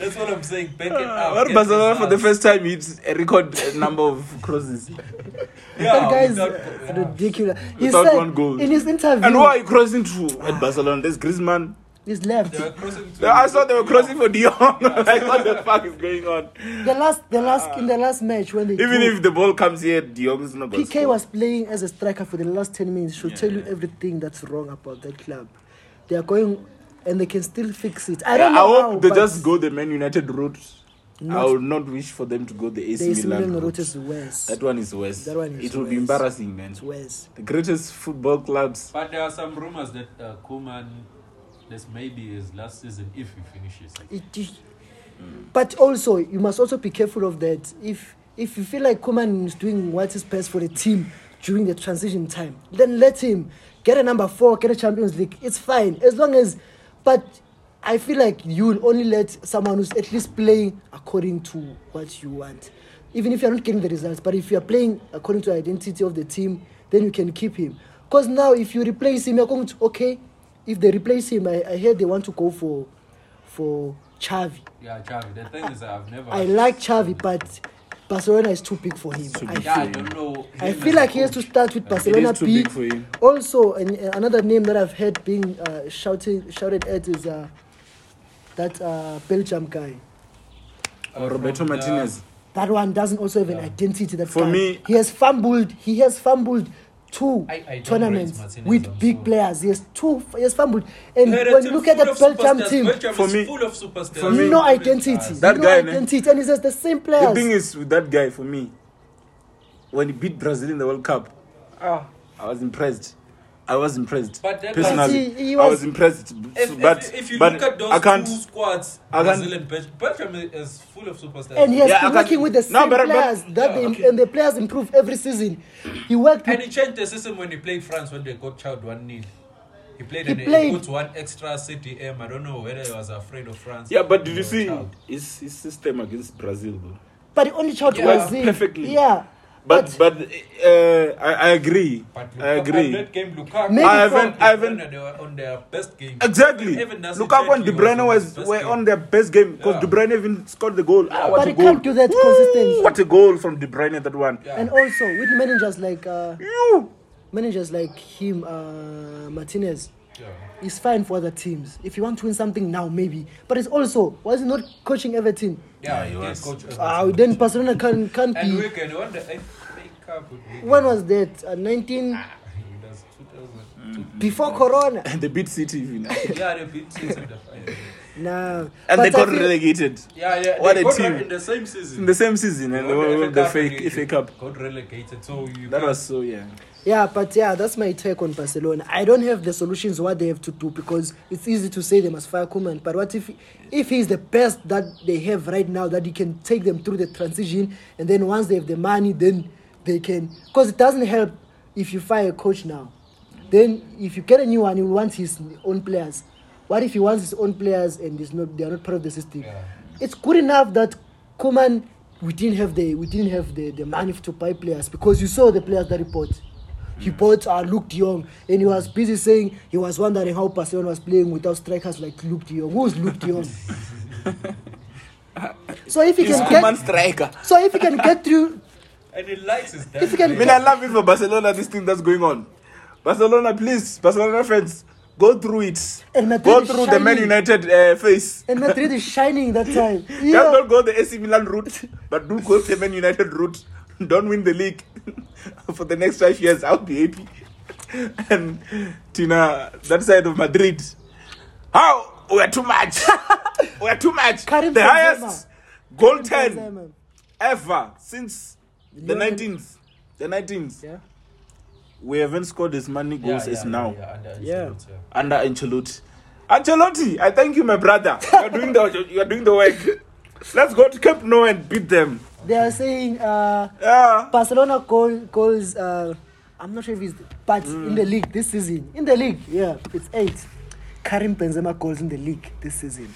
Speaker 3: That's what I'm saying. Back it
Speaker 1: Ah,
Speaker 3: up.
Speaker 2: Ah, What
Speaker 3: Get
Speaker 2: Barcelona for the
Speaker 3: results.
Speaker 2: first time hits a record uh, number of crosses.
Speaker 3: Yeah,
Speaker 1: that guy is
Speaker 3: without-
Speaker 1: uh,
Speaker 3: yeah.
Speaker 1: ridiculous. He
Speaker 2: Without
Speaker 1: said
Speaker 2: one goal.
Speaker 1: in his interview,
Speaker 2: And who are you crossing to at Barcelona? There's Griezmann.
Speaker 1: he's left.
Speaker 3: They were crossing to-
Speaker 2: I saw they were crossing for De Jong. like, what the fuck is going on?
Speaker 1: The last, the last, in the last match when they
Speaker 2: Ah. Even
Speaker 1: drew,
Speaker 2: if the ball comes here, De Jong is not going to
Speaker 1: PK was playing as a striker for the last 10 minutes should tell you everything that's wrong about that club. They are going and they can still fix it. I
Speaker 2: I,
Speaker 1: don't know.
Speaker 2: hope
Speaker 1: how,
Speaker 2: they
Speaker 1: but
Speaker 2: just go the Man United route. I
Speaker 1: Not-
Speaker 2: would not wish for them to go the
Speaker 1: The
Speaker 2: AC
Speaker 1: AC
Speaker 2: Milan,
Speaker 1: Milan
Speaker 2: route.
Speaker 1: route is worse.
Speaker 2: That one is worse.
Speaker 1: That one is
Speaker 2: it will be
Speaker 1: worse.
Speaker 2: embarrassing, man.
Speaker 1: It's worse.
Speaker 2: The greatest football clubs.
Speaker 3: But there are some rumors that uh, Koeman, this may be his last season if he finishes. Like,
Speaker 1: It, it- But also, you must also be careful of that. If if you feel like Koeman is doing what is best for the team during the transition time, then let him get a number four, get a Champions League. It's fine as long as. But I feel like you will only let someone who's at least playing according to what you want, even if you're not getting the results. But if you're playing according to the identity of the team, then you can keep him. Because now, if you replace him, you're going to okay. If they replace him, I, I hear they want to go for for Xavi.
Speaker 3: yeah, Xavi. The thing is, I've never.
Speaker 1: I like Xavi, but Barcelona is too big for him. I
Speaker 3: Yeah, I
Speaker 1: feel,
Speaker 3: don't know.
Speaker 1: I
Speaker 3: him
Speaker 1: feel
Speaker 3: as
Speaker 1: like
Speaker 3: a
Speaker 1: he has to
Speaker 3: coach.
Speaker 1: start with Barcelona
Speaker 2: too
Speaker 1: B.
Speaker 2: big for him.
Speaker 1: Also, and, uh, another name that I've heard being uh, shouted shouted at is uh, that uh, Belgium guy.
Speaker 3: Uh,
Speaker 2: or Roberto
Speaker 3: from the-
Speaker 2: Martinez.
Speaker 1: That one doesn't also have an identity. That
Speaker 2: For
Speaker 1: guy.
Speaker 2: me-
Speaker 1: he has fumbled. He has fumbled two
Speaker 3: I- I don't rate
Speaker 1: tournaments
Speaker 3: Martinez,
Speaker 1: with
Speaker 3: I'm
Speaker 1: big
Speaker 3: sorry.
Speaker 1: players. He has two. He has fumbled. And
Speaker 3: They're a
Speaker 1: when you
Speaker 3: team
Speaker 1: look at
Speaker 3: full
Speaker 1: that
Speaker 3: of
Speaker 1: Belgium
Speaker 3: superstars.
Speaker 1: team,
Speaker 3: Belgium
Speaker 2: For
Speaker 3: is
Speaker 2: me-
Speaker 3: full of superstars.
Speaker 2: for me-
Speaker 1: no identity.
Speaker 2: That
Speaker 1: no
Speaker 2: guy, ne?
Speaker 1: identity, and he has the same players.
Speaker 2: The thing is, with that guy, for me, when he beat Brazil in the World Cup,
Speaker 3: Uh,
Speaker 2: ah, I was impressed. I was impressed.
Speaker 3: But that-
Speaker 2: Personally,
Speaker 1: But he- he
Speaker 2: I
Speaker 1: was-
Speaker 2: was impressed.
Speaker 3: If, if-
Speaker 2: but
Speaker 3: if, you
Speaker 2: but
Speaker 3: look at those
Speaker 2: I can't.
Speaker 3: two squads,
Speaker 2: I can't-
Speaker 3: Brazil and Belgium, Belgium is- is full of superstars.
Speaker 1: and he has
Speaker 2: Yeah, I
Speaker 1: been
Speaker 2: can't-
Speaker 1: working with the same
Speaker 2: No, but- but-
Speaker 1: players that they,
Speaker 3: yeah, okay.
Speaker 1: and the players improve every season. He worked
Speaker 3: And
Speaker 1: with,
Speaker 3: he changed the system when he played France when they got child 1 nil. He played
Speaker 1: He
Speaker 3: and
Speaker 1: played-
Speaker 3: he put one extra CDM. I don't know whether he was afraid of France.
Speaker 2: Yeah, but did
Speaker 3: or
Speaker 2: you see
Speaker 3: child.
Speaker 2: his, his system against Brazil though?
Speaker 1: but he only shot
Speaker 3: Yeah,
Speaker 1: was in.
Speaker 2: perfectly.
Speaker 1: Yeah,
Speaker 2: But but uh, I, I agree.
Speaker 3: But
Speaker 2: I
Speaker 3: Lukaku-
Speaker 2: agree.
Speaker 3: That game, Lukaku,
Speaker 1: Maybe I
Speaker 2: haven't-
Speaker 3: De
Speaker 2: I haven't-
Speaker 3: Bruyne, They were on their best game.
Speaker 2: Exactly.
Speaker 3: Even Nasri
Speaker 2: Lukaku and
Speaker 3: Chetty
Speaker 2: De Bruyne
Speaker 3: on his
Speaker 2: was
Speaker 3: best
Speaker 2: were
Speaker 3: game.
Speaker 2: on their best game because
Speaker 3: Yeah.
Speaker 2: De Bruyne even scored the goal. Ah, what
Speaker 1: But
Speaker 2: a
Speaker 1: he
Speaker 2: goal.
Speaker 1: can't do that consistently.
Speaker 2: What a goal from De Bruyne that one.
Speaker 3: Yeah.
Speaker 1: and also with managers like uh,
Speaker 2: You.
Speaker 1: managers like him, uh, Martinez.
Speaker 3: Yeah.
Speaker 1: It's fine for other teams. If you want to win something now, maybe. But it's also was he not coaching Everton?
Speaker 3: Yeah,
Speaker 2: he
Speaker 3: he did
Speaker 2: was.
Speaker 3: coach us.
Speaker 1: Uh, then Barcelona can can't
Speaker 3: And
Speaker 1: be.
Speaker 3: Wigan won the FA Cup with Wigan.
Speaker 1: When was that? Uh, Nineteen.
Speaker 3: He does
Speaker 1: before Corona.
Speaker 2: And they beat City even.
Speaker 3: Yeah, they beat Chiefs in the final.
Speaker 1: Nah,
Speaker 2: and they
Speaker 1: but I
Speaker 2: got
Speaker 1: feel-
Speaker 2: relegated
Speaker 3: Yeah, yeah.
Speaker 2: What
Speaker 3: they
Speaker 2: a
Speaker 3: got
Speaker 2: team.
Speaker 3: re- in the same season.
Speaker 2: in the same season and they
Speaker 3: Won
Speaker 2: won the fake
Speaker 3: relegated.
Speaker 2: FA Cup.
Speaker 3: Got relegated, so you
Speaker 2: That
Speaker 3: can't-
Speaker 2: was so yeah.
Speaker 1: Yeah, but yeah, that's my take on Barcelona. I don't have the solutions what they have to do because it's easy to say they must fire Koeman, but what if if he's the best that they have right now that he can take them through the transition and then once they have the money then they can because it doesn't help if you fire a coach now. Then if you get a new one, he will want his own players. What if he wants his own players and he's not they are not part of the system?
Speaker 3: Yeah.
Speaker 1: It's good enough that Koeman we didn't have the we didn't have the, the money to buy players because you saw the players that he bought. He bought uh, Luke De Jong and he was busy saying he was wondering how Barcelona was playing without strikers like Luke De Jong. Who's Luke De Jong? so if he
Speaker 2: He's
Speaker 1: can
Speaker 2: Koeman
Speaker 1: get
Speaker 2: striker.
Speaker 1: so if he can get through
Speaker 3: And he likes his
Speaker 1: If you can-
Speaker 2: I mean, I love it for Barcelona. This thing that's going on. Barcelona, please, Barcelona fans, go through it.
Speaker 1: And Madrid
Speaker 2: Go
Speaker 1: is
Speaker 2: through the Man
Speaker 1: shining.
Speaker 2: United uh, face.
Speaker 1: and Madrid is shining that time.
Speaker 2: Don't,
Speaker 1: Yeah.
Speaker 2: don't go the AC Milan route, but do go the Man United route. Don't win the league for the next five years. I'll be happy. And Tina, that side of Madrid, how we're too much. we're too much.
Speaker 1: Karim
Speaker 2: the
Speaker 1: Benzema.
Speaker 2: highest goal ten
Speaker 1: Benzema.
Speaker 2: ever since the
Speaker 1: Lionel-
Speaker 2: nineteenth. The nineteenth.
Speaker 1: Yeah.
Speaker 2: We haven't scored as many
Speaker 3: Yeah,
Speaker 2: goals
Speaker 3: yeah,
Speaker 2: as
Speaker 3: yeah,
Speaker 2: now
Speaker 3: Yeah, under-
Speaker 1: Yeah.
Speaker 3: it's good,
Speaker 2: under Ancelotti. Ancelotti, I thank you, my brother. You're doing the you're doing the work. Let's go to Camp Nou and beat them.
Speaker 1: They are saying uh,
Speaker 2: Yeah.
Speaker 1: Barcelona goal, goals. Uh, I'm not sure if it's, but in the league this season, in the league, yeah, it's eight. Karim Benzema goals in the league this season.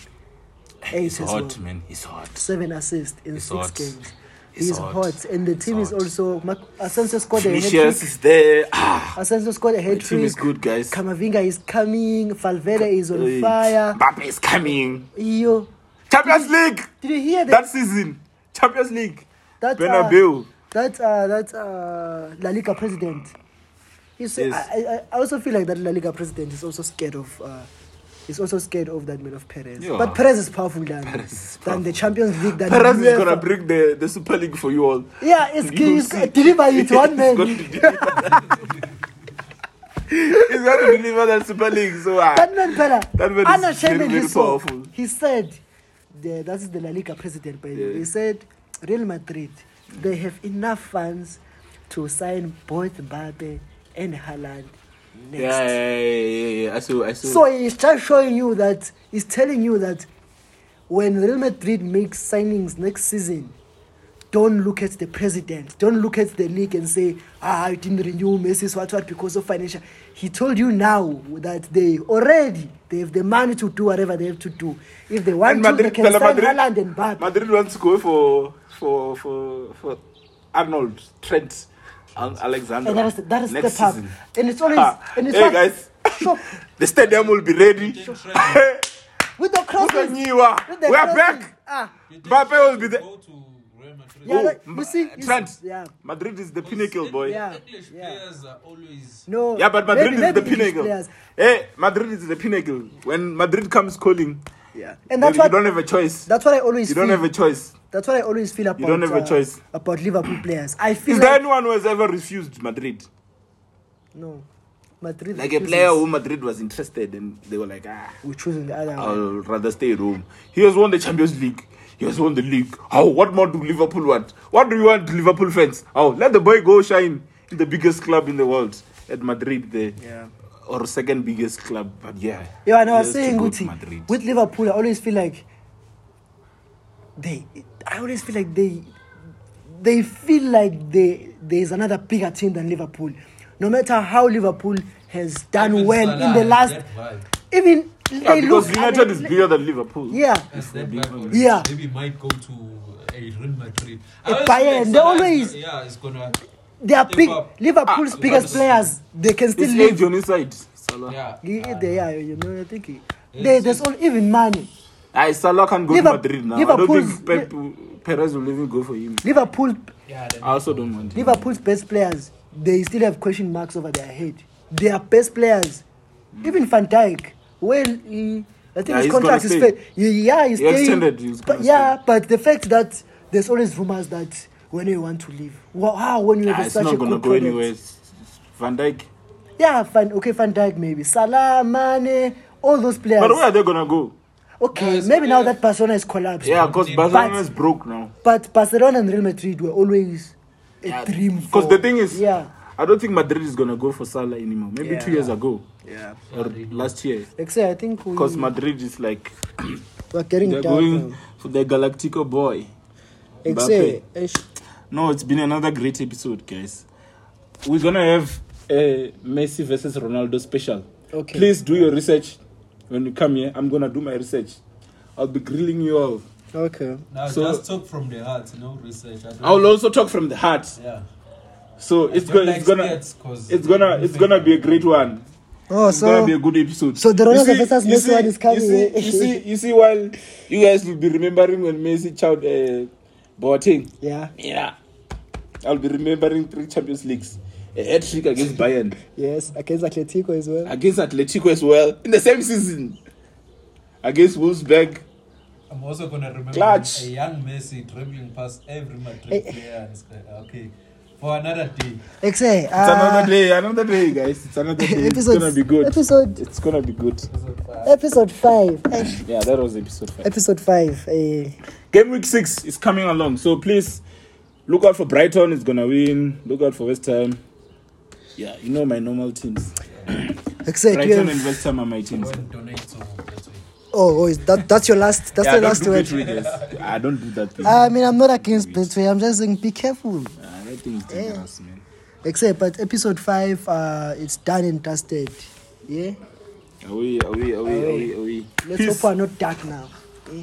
Speaker 1: Eight as well.
Speaker 2: man. He's hot.
Speaker 1: Seven assists in
Speaker 2: He's
Speaker 1: six
Speaker 2: hot.
Speaker 1: games.
Speaker 2: He's
Speaker 1: He's,
Speaker 2: hot.
Speaker 1: hot. and the team is
Speaker 2: hot.
Speaker 1: also. Mark, Asensio scored a hat
Speaker 2: Vinicius
Speaker 1: trick.
Speaker 2: is there. Ah,
Speaker 1: Asensio scored a
Speaker 2: the
Speaker 1: hat
Speaker 2: team is
Speaker 1: trick.
Speaker 2: good, guys.
Speaker 1: Kamavinga is coming. Valverde is on
Speaker 2: Hey,
Speaker 1: fire.
Speaker 2: Mbappe is coming.
Speaker 1: Yo,
Speaker 2: Champions League
Speaker 1: did you hear that?
Speaker 2: that season. Champions League.
Speaker 1: That, uh,
Speaker 2: Bernabeu.
Speaker 1: that uh, that uh, La Liga president. You see,
Speaker 2: Yes.
Speaker 1: I, I, I also feel like that La Liga president is also scared of. Uh, is also scared of that man of Perez.
Speaker 2: Yeah.
Speaker 1: But Perez is powerful than
Speaker 2: is
Speaker 1: than the Champions League. Than
Speaker 2: Perez is
Speaker 1: UEFA.
Speaker 2: gonna bring the, the Super League for you all.
Speaker 1: Yeah, it's,
Speaker 2: You
Speaker 1: it's,
Speaker 2: see.
Speaker 1: it's deliver it one
Speaker 2: He's
Speaker 1: man.
Speaker 2: going to deliver He's going to deliver that Super League. So ah,
Speaker 1: That man Pella.
Speaker 2: That man is very, very
Speaker 1: he saw-
Speaker 2: powerful.
Speaker 1: He said, the, that is the La Liga president, by the way.
Speaker 2: Yeah.
Speaker 1: He said, Real Madrid, they have enough funds to sign both Mbappe and Haaland next.
Speaker 2: yeah, yeah, yeah, yeah, yeah. I saw, I saw.
Speaker 1: So it's just showing you that it's telling you that when Real Madrid makes signings next season, don't look at the president, don't look at the league and say, ah, I didn't renew Messi's what what because of financial. He told you now that they already they have the money to do whatever they have to do. If they want
Speaker 2: And
Speaker 1: to, they can
Speaker 2: Real
Speaker 1: sign Haaland and Mbappe.
Speaker 2: Madrid wants to go for for for for Arnold Trent Al- Alexander.
Speaker 1: and that is that is
Speaker 2: next
Speaker 1: step up.
Speaker 2: season.
Speaker 1: And it's always
Speaker 2: Ah,
Speaker 1: and it's
Speaker 2: hey
Speaker 1: like,
Speaker 2: guys,
Speaker 1: sure,
Speaker 2: the stadium will be ready.
Speaker 1: with the crosses,
Speaker 2: Utanyiwa.
Speaker 1: with the
Speaker 2: We are
Speaker 1: crosses,
Speaker 2: back.
Speaker 1: Ah,
Speaker 3: yeah.
Speaker 2: Mbappe will be
Speaker 3: You
Speaker 2: there.
Speaker 3: Go to Real Madrid.
Speaker 1: Yeah,
Speaker 2: Oh,
Speaker 1: that-
Speaker 2: M-
Speaker 1: you see, you see-
Speaker 2: Trent.
Speaker 1: yeah.
Speaker 2: Madrid is the pinnacle, boy.
Speaker 1: Yeah.
Speaker 3: English
Speaker 1: yeah.
Speaker 3: players are always.
Speaker 1: No.
Speaker 2: Yeah, but Madrid
Speaker 1: maybe-
Speaker 2: is
Speaker 1: maybe
Speaker 2: the
Speaker 1: English
Speaker 2: pinnacle.
Speaker 1: players.
Speaker 2: Hey, Madrid is the pinnacle. When Madrid comes calling,
Speaker 1: Yeah.
Speaker 2: then
Speaker 1: And that's
Speaker 2: you
Speaker 1: what
Speaker 2: don't have a choice.
Speaker 1: that's what I always
Speaker 2: You don't
Speaker 1: feel.
Speaker 2: have a choice.
Speaker 1: that's what I always feel about
Speaker 2: don't have a
Speaker 1: uh,
Speaker 2: choice.
Speaker 1: about Liverpool players. I feel
Speaker 2: Is there
Speaker 1: like,
Speaker 2: anyone who has ever refused Madrid?
Speaker 1: no. Madrid
Speaker 2: Like a
Speaker 1: chooses-
Speaker 2: player who Madrid was interested and they were like, ah,
Speaker 1: we're choosing the other one.
Speaker 2: I'll rather stay at home. He has won the Champions League. He has won the league. How? What more do Liverpool want? What do you want, Liverpool fans? Oh, let the boy go shine in the biggest club in the world at Madrid, the
Speaker 1: Yeah.
Speaker 2: or second biggest club. But yeah,
Speaker 1: Yeah, and
Speaker 2: he
Speaker 1: I was
Speaker 2: has to
Speaker 1: saying
Speaker 2: go to
Speaker 1: Guti,
Speaker 2: Madrid.
Speaker 1: with Liverpool I always feel like they I always feel like they they feel like they there's another bigger team than Liverpool. No matter how Liverpool has done
Speaker 3: Even
Speaker 1: well
Speaker 3: Salah
Speaker 1: in the
Speaker 3: has
Speaker 1: last
Speaker 3: that vibe.
Speaker 1: even
Speaker 2: yeah,
Speaker 1: they
Speaker 2: Ah, because
Speaker 1: look
Speaker 2: United is bigger than Liverpool.
Speaker 1: Yeah.
Speaker 3: Has that vibe already.
Speaker 1: Yeah.
Speaker 3: Maybe might go to a Real Madrid. I
Speaker 1: A
Speaker 3: always feel
Speaker 1: Bayern,
Speaker 3: like
Speaker 1: they
Speaker 3: Salah is
Speaker 1: always-
Speaker 3: gonna- Yeah, it's gonna.
Speaker 1: They are
Speaker 3: Step
Speaker 1: big.
Speaker 3: up.
Speaker 1: Liverpool's
Speaker 3: Ah,
Speaker 1: biggest
Speaker 3: Liverpool.
Speaker 1: players. They can still
Speaker 2: It's age
Speaker 1: live.
Speaker 2: on his side. Salah.
Speaker 3: Yeah.
Speaker 1: Yeah,
Speaker 3: Ah,
Speaker 1: they are. You know, I think. he-
Speaker 3: Yes,
Speaker 1: They,
Speaker 3: yes.
Speaker 1: there's all even money.
Speaker 2: Aye, Salah can go
Speaker 1: Liverp-
Speaker 2: to Madrid now. I
Speaker 1: Liverpool's-
Speaker 2: don't think Pep, Perez will even go for him.
Speaker 1: Liverpool,
Speaker 3: yeah,
Speaker 2: I also don't want him.
Speaker 1: Liverpool's best players. They still have question marks over their head. They are best players. Even Van Dijk. Well, he, I think
Speaker 2: Yeah,
Speaker 1: his
Speaker 2: he's gonna
Speaker 1: contract is
Speaker 2: stay.
Speaker 1: fair. Yeah, he's
Speaker 2: He
Speaker 1: staying.
Speaker 2: extended, he's
Speaker 1: but
Speaker 2: gonna
Speaker 1: yeah, but the fact that there's always rumors that when you want to leave, wow, when you have
Speaker 2: Ah,
Speaker 1: a
Speaker 2: it's
Speaker 1: such a
Speaker 2: not
Speaker 1: good
Speaker 2: gonna go
Speaker 1: product.
Speaker 2: anywhere. It's- it's Van Dijk.
Speaker 1: Yeah, Van, okay, Van Dijk maybe. Salah, Mane, all those players.
Speaker 2: But where are they gonna go?
Speaker 1: Okay,
Speaker 3: Yes,
Speaker 1: maybe now
Speaker 3: yeah.
Speaker 1: that Barcelona is collapsed.
Speaker 2: Yeah, because
Speaker 3: But-
Speaker 2: Barcelona is broke now.
Speaker 1: But Barcelona and Real Madrid were always a dream.
Speaker 2: Because the thing is,
Speaker 1: yeah,
Speaker 2: I don't think Madrid is gonna go for Salah anymore. Maybe two
Speaker 1: Yeah.
Speaker 2: years ago
Speaker 1: yeah.
Speaker 2: or last year.
Speaker 1: Like say, I think we
Speaker 2: Because Madrid is like
Speaker 1: we're getting
Speaker 2: they're
Speaker 1: down.
Speaker 2: going
Speaker 1: now.
Speaker 2: for the Galactico boy.
Speaker 1: Like
Speaker 2: Mbappe.
Speaker 1: say, eh,
Speaker 2: No, it's been another great episode, guys. We're gonna have a Messi versus Ronaldo special.
Speaker 1: Okay.
Speaker 2: Please do your research when you come here. I'm gonna do my research. I'll be grilling you all.
Speaker 1: Okay.
Speaker 3: Now
Speaker 2: So-
Speaker 3: just talk from the heart, no research. I don't-
Speaker 2: I'll also talk from the heart.
Speaker 3: Yeah.
Speaker 2: So it's gonna, it's gonna, it's gonna, it's gonna be a great one.
Speaker 1: Oh,
Speaker 2: It's gonna
Speaker 1: so
Speaker 2: be a good episode.
Speaker 1: so the
Speaker 2: You
Speaker 1: Ronaldo
Speaker 2: see-
Speaker 1: versus
Speaker 2: you
Speaker 1: Messi
Speaker 2: see-
Speaker 1: one is coming,
Speaker 2: You see,
Speaker 1: eh?
Speaker 2: you see, you see, while you guys will be remembering when Messi chowed uh, Boateng.
Speaker 1: yeah,
Speaker 2: Yeah, I'll be remembering three Champions Leagues, a hat trick against Bayern,
Speaker 1: yes, against Atletico as well.
Speaker 2: against Atletico as well in the same season, against Wolfsburg.
Speaker 3: I'm also gonna remember
Speaker 2: Clutch.
Speaker 3: a young Messi dribbling past every
Speaker 1: Eh.
Speaker 3: Madrid player. It's like, Okay, for another day.
Speaker 1: Like say,
Speaker 2: It's another
Speaker 1: uh,
Speaker 2: day, another day, guys. It's another day. it's
Speaker 1: episode
Speaker 2: gonna be good.
Speaker 1: episode
Speaker 2: It's gonna be good.
Speaker 1: episode five. eh,
Speaker 2: Yeah, that was episode five.
Speaker 1: episode five. eh.
Speaker 2: Game week six is coming along, so please look out for Brighton. It's gonna win. Look out for West Ham. Yeah, you know my normal teams.
Speaker 1: Like say, do you
Speaker 2: Brighton
Speaker 1: have-
Speaker 2: and West Ham are my teams.
Speaker 3: Don't donate to that's it.
Speaker 1: oh, oh, is that that's your last. That's
Speaker 2: Yeah, I
Speaker 1: the
Speaker 2: don't
Speaker 1: last
Speaker 2: do
Speaker 1: word.
Speaker 2: Betway, guys. I don't do that thing.
Speaker 1: I mean, I'm not against Betway. I'm just saying, be careful.
Speaker 2: Ah, that thing is dangerous, man.
Speaker 1: Except, but episode five, uh, it's done and dusted. Yeah.
Speaker 2: Away, away, away, away, away.
Speaker 1: Let's
Speaker 2: Peace.
Speaker 1: hope we're not dark now. eh.